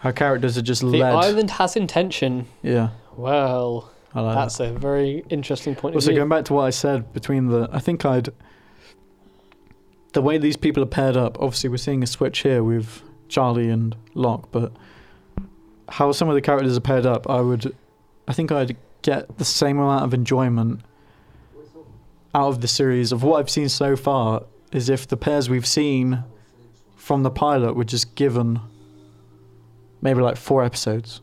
[SPEAKER 2] Our characters are just
[SPEAKER 1] the
[SPEAKER 2] led.
[SPEAKER 1] island has intention?
[SPEAKER 2] Yeah,
[SPEAKER 1] Well.
[SPEAKER 2] I like that.
[SPEAKER 1] That's a very interesting point of
[SPEAKER 2] Also,
[SPEAKER 1] view.
[SPEAKER 2] going back to what I said between the, I think I'd, the way these people are paired up. Obviously, we're seeing a switch here with Charlie and Locke, but how some of the characters are paired up, I would I think I'd get the same amount of enjoyment out of the series of what I've seen so far is if the pairs we've seen from the pilot were just given maybe like four episodes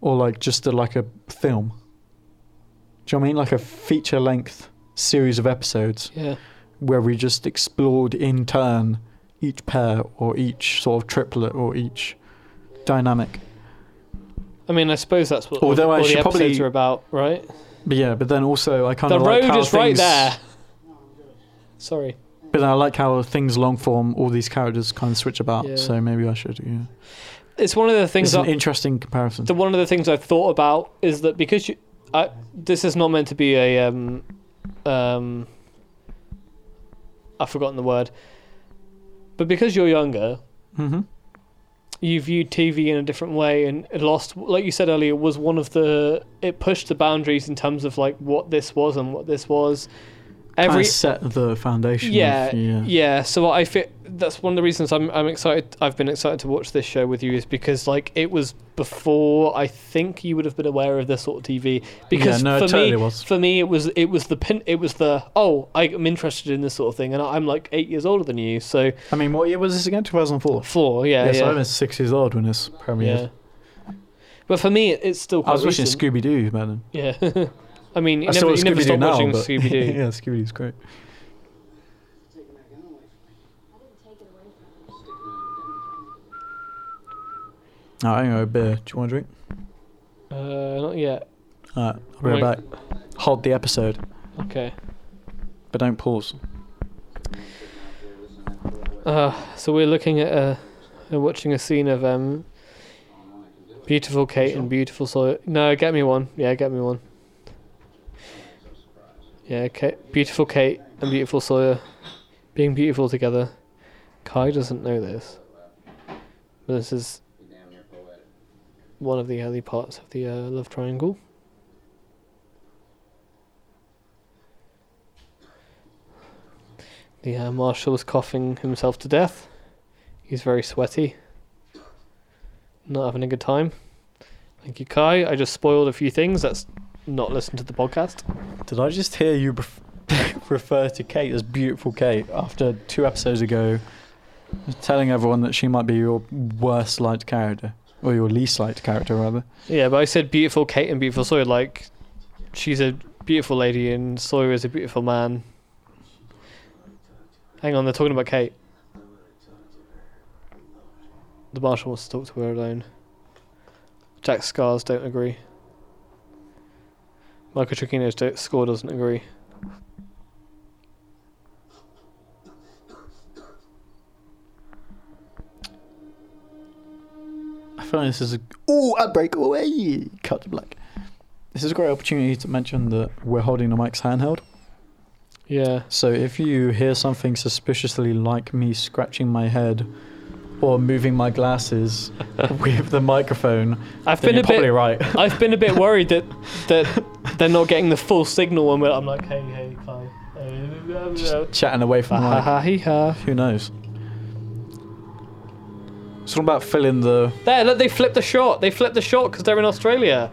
[SPEAKER 2] or like just a, like a film. Do you know what I mean? Like a feature length series of episodes
[SPEAKER 1] Yeah.
[SPEAKER 2] where we just explored in turn each pair or each sort of triplet or each dynamic.
[SPEAKER 1] I mean, I suppose that's what
[SPEAKER 2] Although
[SPEAKER 1] all,
[SPEAKER 2] I
[SPEAKER 1] all the
[SPEAKER 2] should
[SPEAKER 1] episodes
[SPEAKER 2] probably-
[SPEAKER 1] are about, right?
[SPEAKER 2] But yeah, but then also I kind
[SPEAKER 1] The
[SPEAKER 2] of
[SPEAKER 1] road
[SPEAKER 2] like how
[SPEAKER 1] is right
[SPEAKER 2] things-
[SPEAKER 1] there. Sorry.
[SPEAKER 2] But I like how things long form, all these characters kind of switch about.
[SPEAKER 1] Yeah.
[SPEAKER 2] So maybe I should. Yeah,
[SPEAKER 1] It's one of the
[SPEAKER 2] it's
[SPEAKER 1] things
[SPEAKER 2] an
[SPEAKER 1] that
[SPEAKER 2] interesting comparison.
[SPEAKER 1] the one of the things I've thought about is that because you, I, this is not meant to be a um, um, I've forgotten the word, but because you're younger,
[SPEAKER 2] mm-hmm.
[SPEAKER 1] you viewed TV in a different way, and it lost, like you said earlier, was one of the it pushed the boundaries in terms of like what this was and what this was.
[SPEAKER 2] Every
[SPEAKER 1] Every
[SPEAKER 2] set the foundation. of-
[SPEAKER 1] yeah,
[SPEAKER 2] yeah,
[SPEAKER 1] yeah, So I feel that's one of the reasons I'm I'm excited. I've been excited to watch this show with you is because like it was before I think you would have been aware of this sort of TV. Because
[SPEAKER 2] no, it
[SPEAKER 1] for
[SPEAKER 2] totally
[SPEAKER 1] me,
[SPEAKER 2] was.
[SPEAKER 1] for me, it was it was the pin, it was the oh I'm interested in this sort of thing, and I'm like eight years older than you, so
[SPEAKER 2] I mean, what year was this again? Two thousand four.
[SPEAKER 1] four, yeah,
[SPEAKER 2] Yes, I
[SPEAKER 1] yeah,
[SPEAKER 2] was six years old when this premiered.
[SPEAKER 1] yeah. But for me, it, it's still.
[SPEAKER 2] I
[SPEAKER 1] Quite
[SPEAKER 2] was watching
[SPEAKER 1] recent.
[SPEAKER 2] Scooby Doo, man.
[SPEAKER 1] Yeah. I mean, you
[SPEAKER 2] I
[SPEAKER 1] never,
[SPEAKER 2] still
[SPEAKER 1] you
[SPEAKER 2] Scooby
[SPEAKER 1] never
[SPEAKER 2] Doo
[SPEAKER 1] stop
[SPEAKER 2] now,
[SPEAKER 1] watching
[SPEAKER 2] but
[SPEAKER 1] Scooby Doo.
[SPEAKER 2] yeah, Scooby Doo's great.
[SPEAKER 5] Taking that gun away
[SPEAKER 4] I
[SPEAKER 5] from me.
[SPEAKER 4] didn't take it away from you.
[SPEAKER 5] Sticking it in your damn throat.
[SPEAKER 2] All right, I owe a beer. Do you want a drink?
[SPEAKER 1] Uh, not yet.
[SPEAKER 2] All right, I'll be right
[SPEAKER 1] Right.
[SPEAKER 2] back. Hold the episode,
[SPEAKER 1] Okay.
[SPEAKER 2] but don't pause.
[SPEAKER 1] Uh, so we're looking at a, uh, watching a scene of um, beautiful Kate and beautiful Sawyer. No, get me one. Yeah, get me one. Yeah, Kate, beautiful Kate and beautiful Sawyer, being beautiful together. Kai doesn't know this, but this is one of the early parts of the uh, love triangle. The uh, marshal is coughing himself to death. He's very sweaty. Not having a good time. Thank you, Kai. I just spoiled a few things. That's not listen to the podcast.
[SPEAKER 2] Did I just hear you ref- refer to Kate as beautiful Kate after two episodes ago telling everyone that she might be your worst liked character? Or your least liked character, rather.
[SPEAKER 1] Yeah, but I said beautiful Kate and beautiful Sawyer. Like, she's a beautiful lady and Sawyer is a beautiful man. Hang on, they're talking about Kate. The marshal wants to talk to her alone. Jack Scars don't agree. Michael Tricchino's do- score doesn't agree.
[SPEAKER 2] I feel like this is a. Ooh, I break away! Cut to black. This is a great opportunity to mention that we're holding the mics handheld.
[SPEAKER 1] Yeah.
[SPEAKER 2] So if you hear something suspiciously like me scratching my head or moving my glasses with the microphone,
[SPEAKER 1] I've
[SPEAKER 2] then
[SPEAKER 1] been
[SPEAKER 2] you're
[SPEAKER 1] a
[SPEAKER 2] probably
[SPEAKER 1] bit.
[SPEAKER 2] right.
[SPEAKER 1] I've been a bit worried that that they're not getting the full signal when we're, I'm like, hey, hey, Kai.
[SPEAKER 2] Just chatting away from the
[SPEAKER 1] Ha
[SPEAKER 2] mic.
[SPEAKER 1] ha hee ha.
[SPEAKER 2] Who knows? It's all about filling the.
[SPEAKER 1] There, look, they flipped the shot. They flipped the shot because they're in Australia.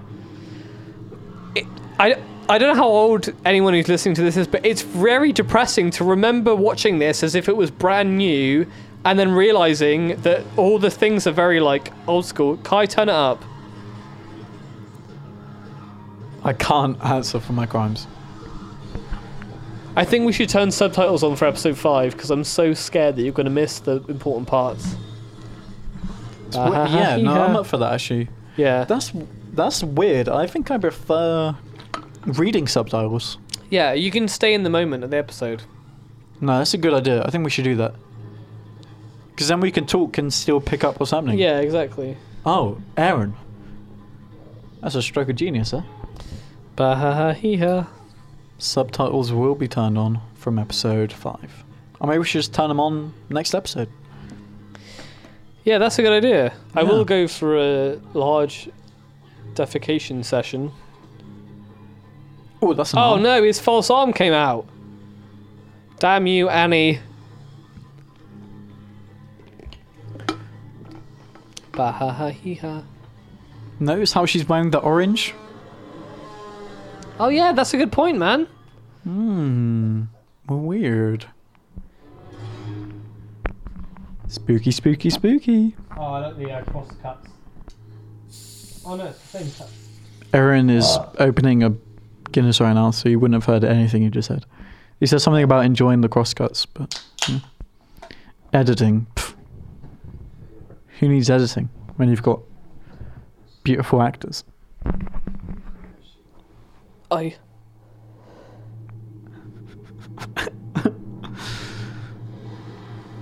[SPEAKER 1] It, I, I don't know how old anyone who's listening to this is, but it's very depressing to remember watching this as if it was brand new and then realizing that all the things are very, like, old school. Kai, turn it up.
[SPEAKER 2] I can't answer for my crimes.
[SPEAKER 1] I think we should turn subtitles on for episode 5 because I'm so scared that you're going to miss the important parts. Uh-huh.
[SPEAKER 2] It's we- Uh-huh. yeah, no, I'm up for that actually.
[SPEAKER 1] Yeah.
[SPEAKER 2] That's that's weird. I think I prefer reading subtitles.
[SPEAKER 1] yeah, you can stay in the moment of the episode.
[SPEAKER 2] No, that's a good idea. I think we should do that. Because then we can talk and still pick up what's happening.
[SPEAKER 1] Yeah, exactly.
[SPEAKER 2] Oh, Aaron. That's a stroke of genius, eh? huh?
[SPEAKER 1] Bah ha ha hee ha.
[SPEAKER 2] Subtitles will be turned on from episode five. Or maybe we should just turn them on next episode.
[SPEAKER 1] Yeah, that's a good idea. I
[SPEAKER 2] Yeah.
[SPEAKER 1] will go for a large defecation session.
[SPEAKER 2] Oh, that's an
[SPEAKER 1] Oh
[SPEAKER 2] arm.
[SPEAKER 1] no, his false arm came out. Damn you, Annie. Bah ha ha hee ha.
[SPEAKER 2] Notice how she's wearing the orange?
[SPEAKER 1] Oh yeah, that's a good point, man.
[SPEAKER 2] Hmm. Weird. Spooky, spooky, spooky.
[SPEAKER 1] Oh, I like the uh, cross cuts. Oh no, it's the same cut.
[SPEAKER 2] Erin is opening a Guinness right now, so you wouldn't have heard anything he just said. He said something about enjoying the crosscuts, but yeah. editing. Pff. Who needs editing when you've got beautiful actors?
[SPEAKER 1] I.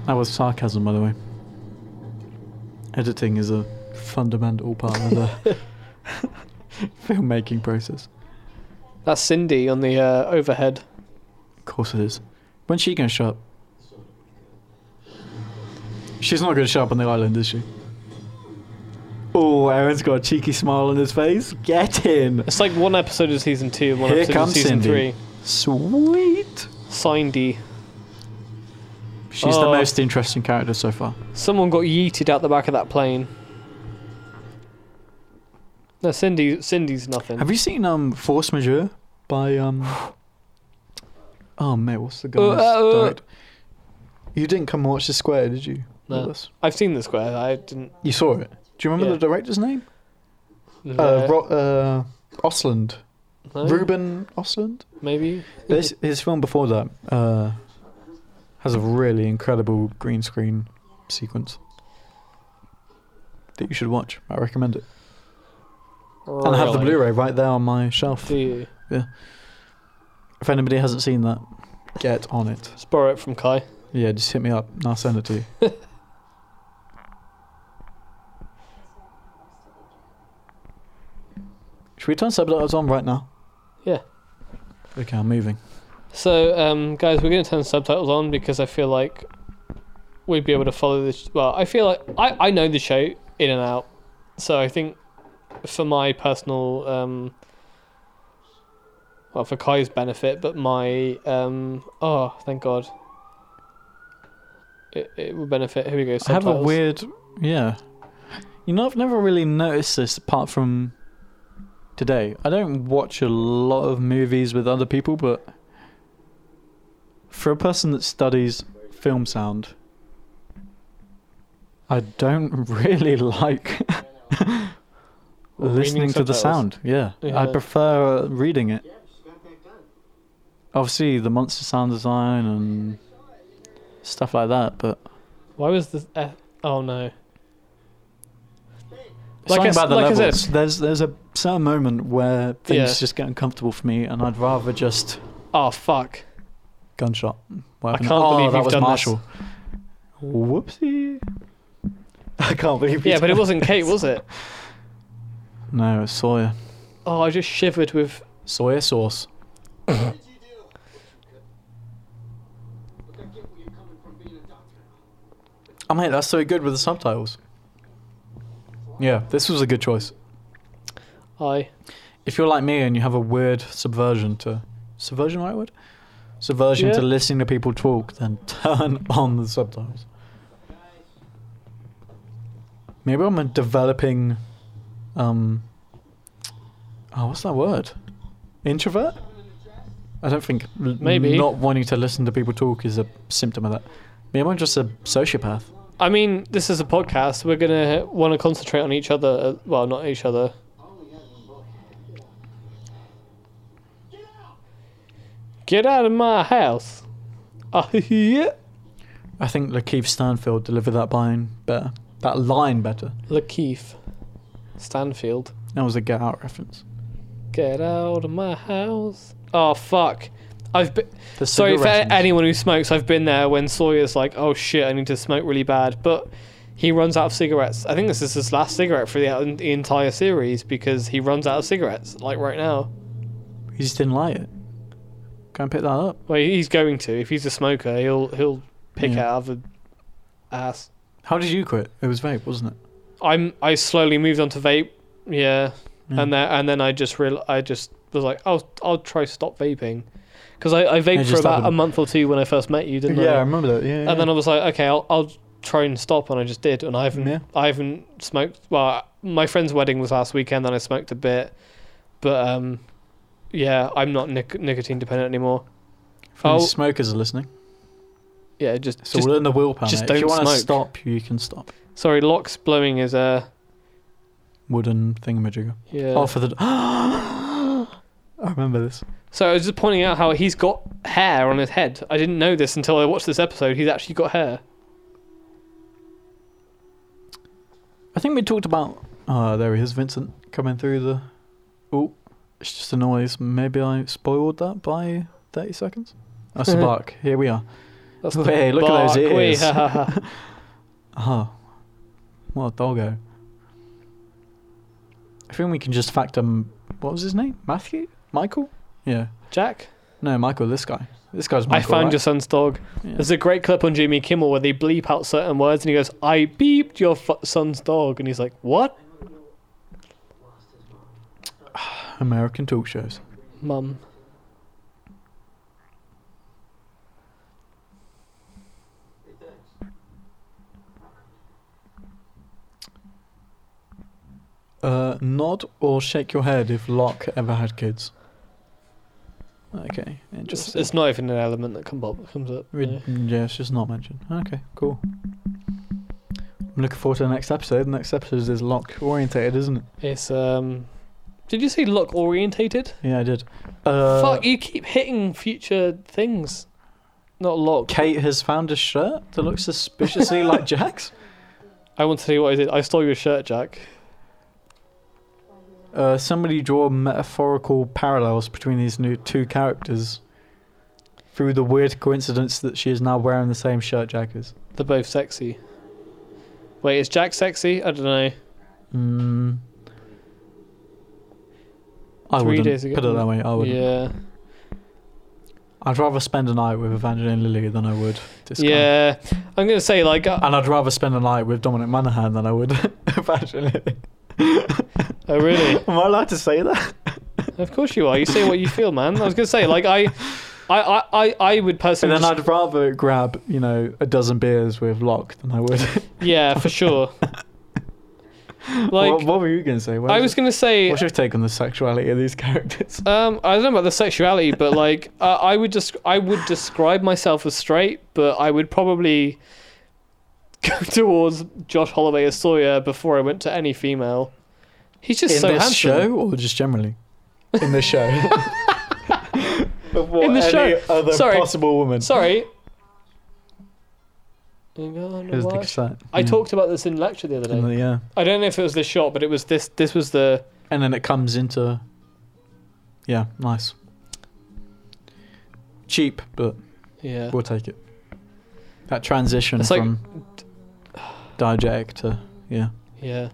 [SPEAKER 2] That was sarcasm, by the way. Editing is a fundamental part of the filmmaking process.
[SPEAKER 1] That's Cindy on the uh, overhead.
[SPEAKER 2] Of course it is. When's she gonna show up? She's not gonna show up on the island, is she? Oh, Aaron's got a cheeky smile on his face. Get in.
[SPEAKER 1] It's like one episode of season two, and one
[SPEAKER 2] Here
[SPEAKER 1] episode of
[SPEAKER 2] comes
[SPEAKER 1] season
[SPEAKER 2] Cindy.
[SPEAKER 1] three.
[SPEAKER 2] Sweet.
[SPEAKER 1] Cindy.
[SPEAKER 2] She's the
[SPEAKER 1] Oh.
[SPEAKER 2] most interesting character so far.
[SPEAKER 1] Someone got yeeted out the back of that plane. No, Cindy. Cindy's nothing.
[SPEAKER 2] Have you seen um Force Majeure by um? Oh mate, what's the guy?
[SPEAKER 1] Uh, uh, uh.
[SPEAKER 2] You didn't come watch the Square, did you?
[SPEAKER 1] No.
[SPEAKER 2] With us?
[SPEAKER 1] I've seen the square. I didn't.
[SPEAKER 2] You saw it. Do you remember
[SPEAKER 1] Yeah.
[SPEAKER 2] the director's name? Uh,
[SPEAKER 1] uh,
[SPEAKER 2] Ro- uh, Osland.
[SPEAKER 1] no,
[SPEAKER 2] Ruben Osland.
[SPEAKER 1] Maybe.
[SPEAKER 2] This his film before that uh, has a really incredible green screen sequence that you should watch. I recommend it. And I have the
[SPEAKER 1] Oh, Really?
[SPEAKER 2] Blu-ray right there on my shelf.
[SPEAKER 1] Do you?
[SPEAKER 2] If anybody hasn't seen that, get on it.
[SPEAKER 1] Just borrow it from Kai.
[SPEAKER 2] Yeah, just hit me up and I'll send it to you. Should we turn subtitles on right now?
[SPEAKER 1] Yeah.
[SPEAKER 2] Okay, I'm moving.
[SPEAKER 1] So, um, guys, we're going to turn subtitles on because I feel like we'd be able to follow this. Well, I feel like I, I know the show in and out. So I think for my personal, um, well, for Kai's benefit, but my, um, oh, thank God. It, it will benefit. Here we go.
[SPEAKER 2] I have a
[SPEAKER 1] subtitles.
[SPEAKER 2] weird, yeah. You know, I've never really noticed this apart from today. I don't watch a lot of movies with other people, but for a person that studies film sound, I don't really like
[SPEAKER 1] Reading
[SPEAKER 2] listening to the
[SPEAKER 1] subtitles.
[SPEAKER 2] sound. Yeah, I
[SPEAKER 1] Yeah.
[SPEAKER 2] prefer uh, reading it.
[SPEAKER 5] Yeah, she got that done.
[SPEAKER 2] Obviously, the monster sound design and stuff like that, but
[SPEAKER 1] Why was this? eh, oh, no.
[SPEAKER 2] It's
[SPEAKER 1] Like
[SPEAKER 2] something
[SPEAKER 1] I s-
[SPEAKER 2] about the
[SPEAKER 1] like I said-
[SPEAKER 2] levels. there's there's a certain moment where things
[SPEAKER 1] Yeah.
[SPEAKER 2] just get uncomfortable for me, and I'd rather just
[SPEAKER 1] Oh, fuck.
[SPEAKER 2] gunshot. What
[SPEAKER 1] I
[SPEAKER 2] happened?
[SPEAKER 1] can't
[SPEAKER 2] oh,
[SPEAKER 1] believe
[SPEAKER 2] that
[SPEAKER 1] you've
[SPEAKER 2] was
[SPEAKER 1] done this.
[SPEAKER 2] Marshall. Whoopsie. I can't believe.
[SPEAKER 1] Yeah,
[SPEAKER 2] he's
[SPEAKER 1] but it
[SPEAKER 2] done
[SPEAKER 1] wasn't Kate,
[SPEAKER 2] this.
[SPEAKER 1] was it?
[SPEAKER 2] No, it's Sawyer.
[SPEAKER 1] Oh, I just shivered with.
[SPEAKER 2] Sawyer sauce.
[SPEAKER 5] What did you do? Look, I get where you're coming from being a doctor.
[SPEAKER 2] Oh mate, that's so good with the subtitles. Yeah, this was a good choice.
[SPEAKER 1] I.
[SPEAKER 2] If you're like me and you have a weird subversion to subversion, right word? Subversion to
[SPEAKER 1] Yeah.
[SPEAKER 2] listening to people talk, then turn on the subtitles. Maybe I'm a developing, um, oh, what's that word? Introvert? I don't think l-
[SPEAKER 1] Maybe.
[SPEAKER 2] not wanting to listen to people talk is a symptom of that. Maybe I'm just a sociopath.
[SPEAKER 1] I mean, this is a podcast. We're gonna want to concentrate on each other. uh, Well, not each other. Get out of my house! Oh, yeah.
[SPEAKER 2] I think Lakeith Stanfield delivered that line better. That line better.
[SPEAKER 1] Lakeith Stanfield,
[SPEAKER 2] That was a Get Out reference.
[SPEAKER 1] get out of my house! Oh fuck! I've been
[SPEAKER 2] The
[SPEAKER 1] sorry for
[SPEAKER 2] cigarette-
[SPEAKER 1] anyone who smokes. I've been there when Sawyer's like, "Oh shit, I need to smoke really bad," but he runs out of cigarettes. I think this is his last cigarette for the, the entire series because he runs out of cigarettes, like right now.
[SPEAKER 2] He just didn't like it. Go and pick that up.
[SPEAKER 1] Well, he's going to. If he's a smoker, he'll he'll pick
[SPEAKER 2] Yeah.
[SPEAKER 1] out of the ass.
[SPEAKER 2] How did you quit? It was vape, wasn't it?
[SPEAKER 1] I'm I slowly moved on to vape. Yeah,
[SPEAKER 2] Yeah.
[SPEAKER 1] and then and then I just real I just was like, I'll I'll try stop vaping, because I I vaped for
[SPEAKER 2] just
[SPEAKER 1] about a
[SPEAKER 2] haven't-
[SPEAKER 1] month or two when I first met you, didn't I?
[SPEAKER 2] remember that. Yeah.
[SPEAKER 1] And then I was like, okay, I'll I'll try and stop, and I just did. And I haven't,
[SPEAKER 2] Yeah.
[SPEAKER 1] I haven't smoked. Well, my friend's wedding was last weekend, and I smoked a bit, but um, yeah, I'm not nic- nicotine dependent anymore.
[SPEAKER 2] If any
[SPEAKER 1] Oh.
[SPEAKER 2] smokers are listening,
[SPEAKER 1] Yeah, just,
[SPEAKER 2] so
[SPEAKER 1] just
[SPEAKER 2] we're in the will panel.
[SPEAKER 1] just
[SPEAKER 2] if you
[SPEAKER 1] don't
[SPEAKER 2] want to
[SPEAKER 1] smoke.
[SPEAKER 2] stop, you can stop.
[SPEAKER 1] sorry. Locks blowing is uh,
[SPEAKER 2] Wooden thingamajigger.
[SPEAKER 1] yeah.
[SPEAKER 2] Oh, for the. I remember this.
[SPEAKER 1] So I was just pointing out how he's got hair on his head. I didn't know this until I watched this episode. He's actually got hair.
[SPEAKER 2] I think we talked about. Oh, there he is, Vincent, coming through the. Oh, it's just a noise. Maybe I spoiled that by 30 seconds. That's the bark. Here we are.
[SPEAKER 1] That's
[SPEAKER 2] Hey, look at those
[SPEAKER 1] bark we-
[SPEAKER 2] ears. Oh, what a doggo. I think we can just fact um, what was his name? Matthew? Michael? Yeah.
[SPEAKER 1] Jack,
[SPEAKER 2] No, Michael, this guy. This guy's
[SPEAKER 1] I
[SPEAKER 2] Michael.
[SPEAKER 1] found
[SPEAKER 2] right?
[SPEAKER 1] your son's dog.
[SPEAKER 2] Yeah.
[SPEAKER 1] There's a great clip on Jimmy Kimmel where they bleep out certain words, and he goes, "I beeped your f- son's dog," and he's like, "What,
[SPEAKER 2] American talk shows.
[SPEAKER 1] mum?"
[SPEAKER 2] Uh, nod or shake your head if Locke ever had kids. Okay,
[SPEAKER 1] Just,
[SPEAKER 2] interesting.
[SPEAKER 1] it's not even an element that come up, comes up.
[SPEAKER 2] Re-
[SPEAKER 1] yeah.
[SPEAKER 2] yeah, it's just not mentioned. Okay, cool. I'm looking forward to the next episode. The next episode is Locke orientated, isn't it?
[SPEAKER 1] It's um, did you say look orientated?
[SPEAKER 2] Yeah, I did. Uh,
[SPEAKER 1] Fuck, you keep hitting future things, not lock.
[SPEAKER 2] Kate has found a shirt that looks suspiciously like Jack's.
[SPEAKER 1] I want to see what I did. I stole your shirt, Jack.
[SPEAKER 2] Uh, somebody draw metaphorical parallels between these new two characters through the weird coincidence that she is now wearing the same shirt Jack is.
[SPEAKER 1] They're both sexy. Wait, is Jack sexy? I don't know.
[SPEAKER 2] Mm. I
[SPEAKER 1] Three
[SPEAKER 2] wouldn't
[SPEAKER 1] days ago-
[SPEAKER 2] put it that way. I would.
[SPEAKER 1] Yeah,
[SPEAKER 2] I'd rather spend a night with Evangeline Lilly than I would this guy.
[SPEAKER 1] yeah. I'm gonna say like uh,
[SPEAKER 2] And I'd rather spend a night with Dominic Monaghan than I would Evangeline Lilly.
[SPEAKER 1] oh really?
[SPEAKER 2] Am I allowed to say that?
[SPEAKER 1] Of course you are. You say what you feel, man. I was gonna say like I, I, I, I, I would
[SPEAKER 2] And
[SPEAKER 1] personally.
[SPEAKER 2] then
[SPEAKER 1] just-
[SPEAKER 2] I'd rather grab, you know, a dozen beers with Locke than I would.
[SPEAKER 1] yeah, for sure.
[SPEAKER 2] what,
[SPEAKER 1] Like
[SPEAKER 2] what were you going to say? What
[SPEAKER 1] I
[SPEAKER 2] is
[SPEAKER 1] was
[SPEAKER 2] it?
[SPEAKER 1] gonna say.
[SPEAKER 2] What's your take on the sexuality of these characters?
[SPEAKER 1] Um, I don't know about the sexuality, but like uh, I would just I would describe myself as straight, but I would probably go towards Josh Holloway as Sawyer before I went to any female. He's just
[SPEAKER 2] in
[SPEAKER 1] so
[SPEAKER 2] this
[SPEAKER 1] handsome.
[SPEAKER 2] show or just generally? In the show.
[SPEAKER 1] In the
[SPEAKER 2] Any
[SPEAKER 1] show.
[SPEAKER 2] other
[SPEAKER 1] Sorry.
[SPEAKER 2] possible woman.
[SPEAKER 1] Sorry.
[SPEAKER 2] Here's the cassette.
[SPEAKER 1] I
[SPEAKER 2] Yeah.
[SPEAKER 1] talked about this in lecture the other
[SPEAKER 2] And
[SPEAKER 1] day.
[SPEAKER 2] the- yeah.
[SPEAKER 1] I don't know if it was this shot, but it was this. This was the
[SPEAKER 2] And then it comes into. Yeah, nice. Cheap, but
[SPEAKER 1] yeah.
[SPEAKER 2] we'll take it. That transition
[SPEAKER 1] It's like-
[SPEAKER 2] from diegetic to. Yeah.
[SPEAKER 1] Yeah.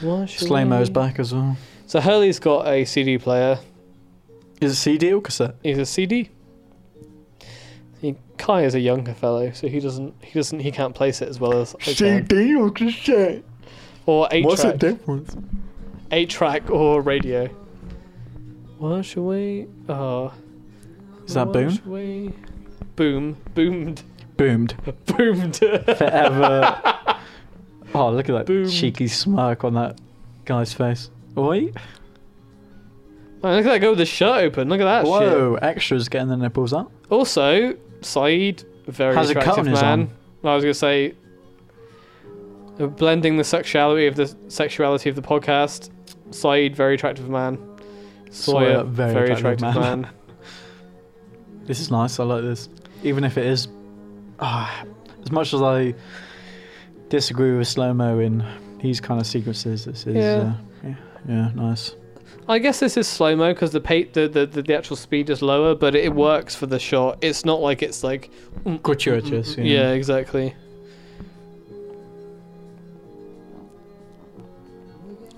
[SPEAKER 2] Slaymo's back as well.
[SPEAKER 1] So Hurley's got a CD player.
[SPEAKER 2] Is it CD or cassette?
[SPEAKER 1] He's a CD. He, Kai is a younger fellow, so he doesn't he doesn't he can't place it as well as I can.
[SPEAKER 2] or cassette?
[SPEAKER 1] or eight
[SPEAKER 2] What's the
[SPEAKER 1] track,
[SPEAKER 2] difference?
[SPEAKER 1] eight track or radio. Wash away. Oh,
[SPEAKER 2] Is that boom?
[SPEAKER 1] wash Away. Boom, boomed,
[SPEAKER 2] Boomed.
[SPEAKER 1] boomed.
[SPEAKER 2] Forever. oh, look at that
[SPEAKER 1] Boomed.
[SPEAKER 2] cheeky smirk on that guy's face. Oi.
[SPEAKER 1] Man, look at that go with the shirt open. Look at that shit.
[SPEAKER 2] Whoa, extras getting their nipples out.
[SPEAKER 1] Also, Saeed, very
[SPEAKER 2] Has a cut
[SPEAKER 1] attractive
[SPEAKER 2] on his
[SPEAKER 1] man. I was gonna say, uh, blending the sexuality of the sexuality of the podcast. Saeed, very attractive man. Sawyer, very, attractive, man.
[SPEAKER 2] This is nice. I like this. Even if it is. Ah, as much as I disagree with slow mo in these kind of sequences, this is.
[SPEAKER 1] Yeah.
[SPEAKER 2] Uh, yeah, yeah, nice.
[SPEAKER 1] I guess this is slow mo because the, pa- the, the the the actual speed is lower, but it works for the shot. It's not like it's like
[SPEAKER 2] Gratuitous.
[SPEAKER 1] yeah,
[SPEAKER 2] you know.
[SPEAKER 1] exactly.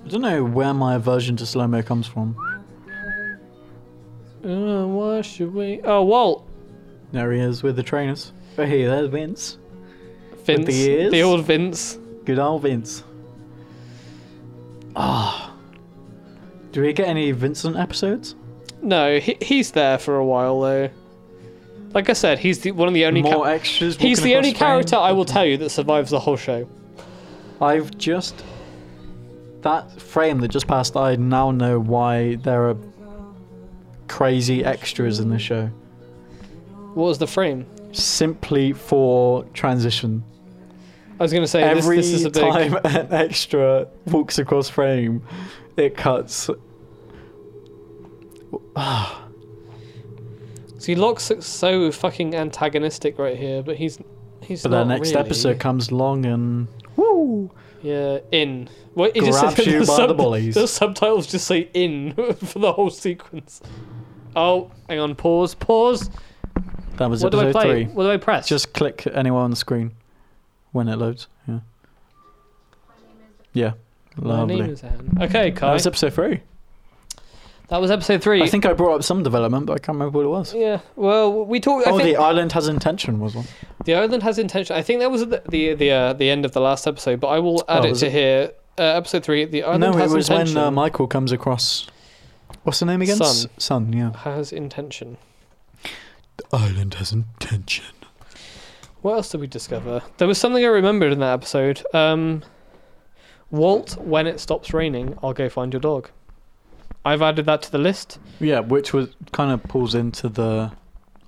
[SPEAKER 2] I don't know where my aversion to slow mo comes from.
[SPEAKER 1] Uh, why should we? Oh, Walt,
[SPEAKER 2] There he is with the trainers. Oh, hey, there's Vince.
[SPEAKER 1] Vince,
[SPEAKER 2] the ears?
[SPEAKER 1] the old Vince.
[SPEAKER 2] Good old Vince. Ah. Do we get any Vincent episodes?
[SPEAKER 1] No, he, he's there for a while though. Like I said, he's the, one of the only.
[SPEAKER 2] More
[SPEAKER 1] Ca-
[SPEAKER 2] extras.
[SPEAKER 1] he's
[SPEAKER 2] walking
[SPEAKER 1] the only
[SPEAKER 2] across frame.
[SPEAKER 1] character I will tell you that survives the whole show.
[SPEAKER 2] I've just that frame that just passed. I now know why there are crazy extras in the show,
[SPEAKER 1] What was the frame?
[SPEAKER 2] simply for transition.
[SPEAKER 1] I was gonna say this,
[SPEAKER 2] Every
[SPEAKER 1] this is a big.
[SPEAKER 2] time an extra walks across frame, it cuts.
[SPEAKER 1] See, Locke's so fucking antagonistic right here, but he's he's
[SPEAKER 2] But the
[SPEAKER 1] not
[SPEAKER 2] next
[SPEAKER 1] really.
[SPEAKER 2] episode comes along and
[SPEAKER 1] Yeah, in. What he just
[SPEAKER 2] Grabs
[SPEAKER 1] said
[SPEAKER 2] you by the
[SPEAKER 1] sub-
[SPEAKER 2] bullies.
[SPEAKER 1] The subtitles just say in for the whole sequence. Oh, hang on, pause, pause.
[SPEAKER 2] that was
[SPEAKER 1] What do I
[SPEAKER 2] episode
[SPEAKER 1] play?
[SPEAKER 2] three.
[SPEAKER 1] What do I press?
[SPEAKER 2] Just click anywhere on the screen when it loads. Yeah. Yeah.
[SPEAKER 1] my
[SPEAKER 2] Lovely.
[SPEAKER 1] name is Anne. Okay,
[SPEAKER 2] that
[SPEAKER 1] Kai.
[SPEAKER 2] was episode three.
[SPEAKER 1] that was episode three.
[SPEAKER 2] I think I brought up some development, but I can't remember what it was.
[SPEAKER 1] Yeah. Well, we talked. I
[SPEAKER 2] oh,
[SPEAKER 1] think
[SPEAKER 2] the island has intention was one.
[SPEAKER 1] the island has intention. I think that was at the the the, uh, the end of the last episode, but I will add
[SPEAKER 2] Oh,
[SPEAKER 1] it
[SPEAKER 2] was
[SPEAKER 1] to
[SPEAKER 2] it?
[SPEAKER 1] here. Uh, episode three. The island
[SPEAKER 2] no, it
[SPEAKER 1] has
[SPEAKER 2] was
[SPEAKER 1] intention.
[SPEAKER 2] when uh, Michael comes across. What's the name again?
[SPEAKER 1] Sun.
[SPEAKER 2] S- Sun. Yeah.
[SPEAKER 1] has intention.
[SPEAKER 2] The island has intention.
[SPEAKER 1] What else did we discover? There was something I remembered in that episode. Um, Walt, when it stops raining, I'll go find your dog. I've added that to the list.
[SPEAKER 2] Yeah, which was kind of pulls into the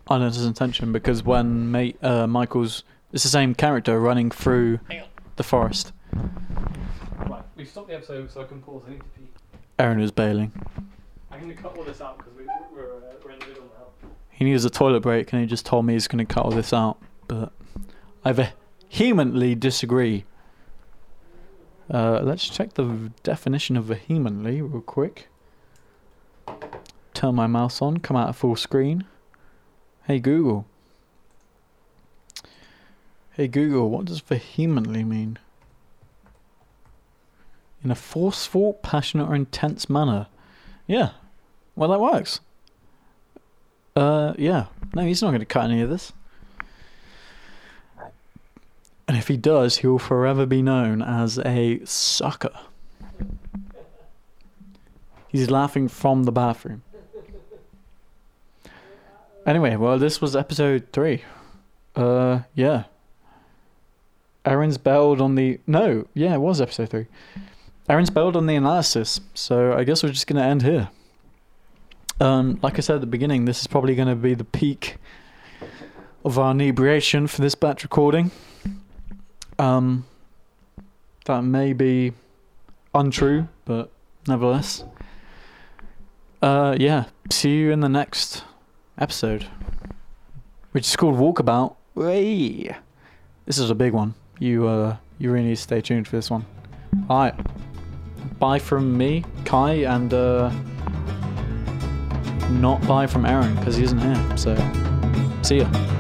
[SPEAKER 2] island has intention because when mate uh, Michael's it's the same character running through
[SPEAKER 1] Hang on.
[SPEAKER 2] the forest.
[SPEAKER 1] Right, we've stopped the episode, so I can pause. I need to pee.
[SPEAKER 2] Aaron was bailing.
[SPEAKER 1] I'm going to cut all this out because we, we're, uh, we're in the middle now.
[SPEAKER 2] He needs a toilet break, and he just told me he's going to cut all this out. But I vehemently disagree. Uh, let's check the v- definition of vehemently real quick. Turn my mouse on. Come out of full screen. Hey Google. Hey Google, what does vehemently mean? In a forceful, passionate, or intense manner. Yeah. Well, that works. Uh, yeah. No, he's not going to cut any of this. And if he does, he will forever be known as a sucker. He's laughing from the bathroom. Anyway, well, this was episode three. Uh, yeah. Aaron's bailed on the. No, yeah, it was episode three. Aaron's bailed on the analysis, so I guess we're just going to end here. Um, like I said at the beginning, this is probably going to be the peak of our inebriation for this batch recording. Um, that may be untrue, but nevertheless. Uh, yeah, see you in the next episode, which is called Walkabout. Whey. This is a big one. You uh, you really need to stay tuned for this one. All right, bye from me, Kai, and uh not buy from Aaron because he isn't here. So, see ya.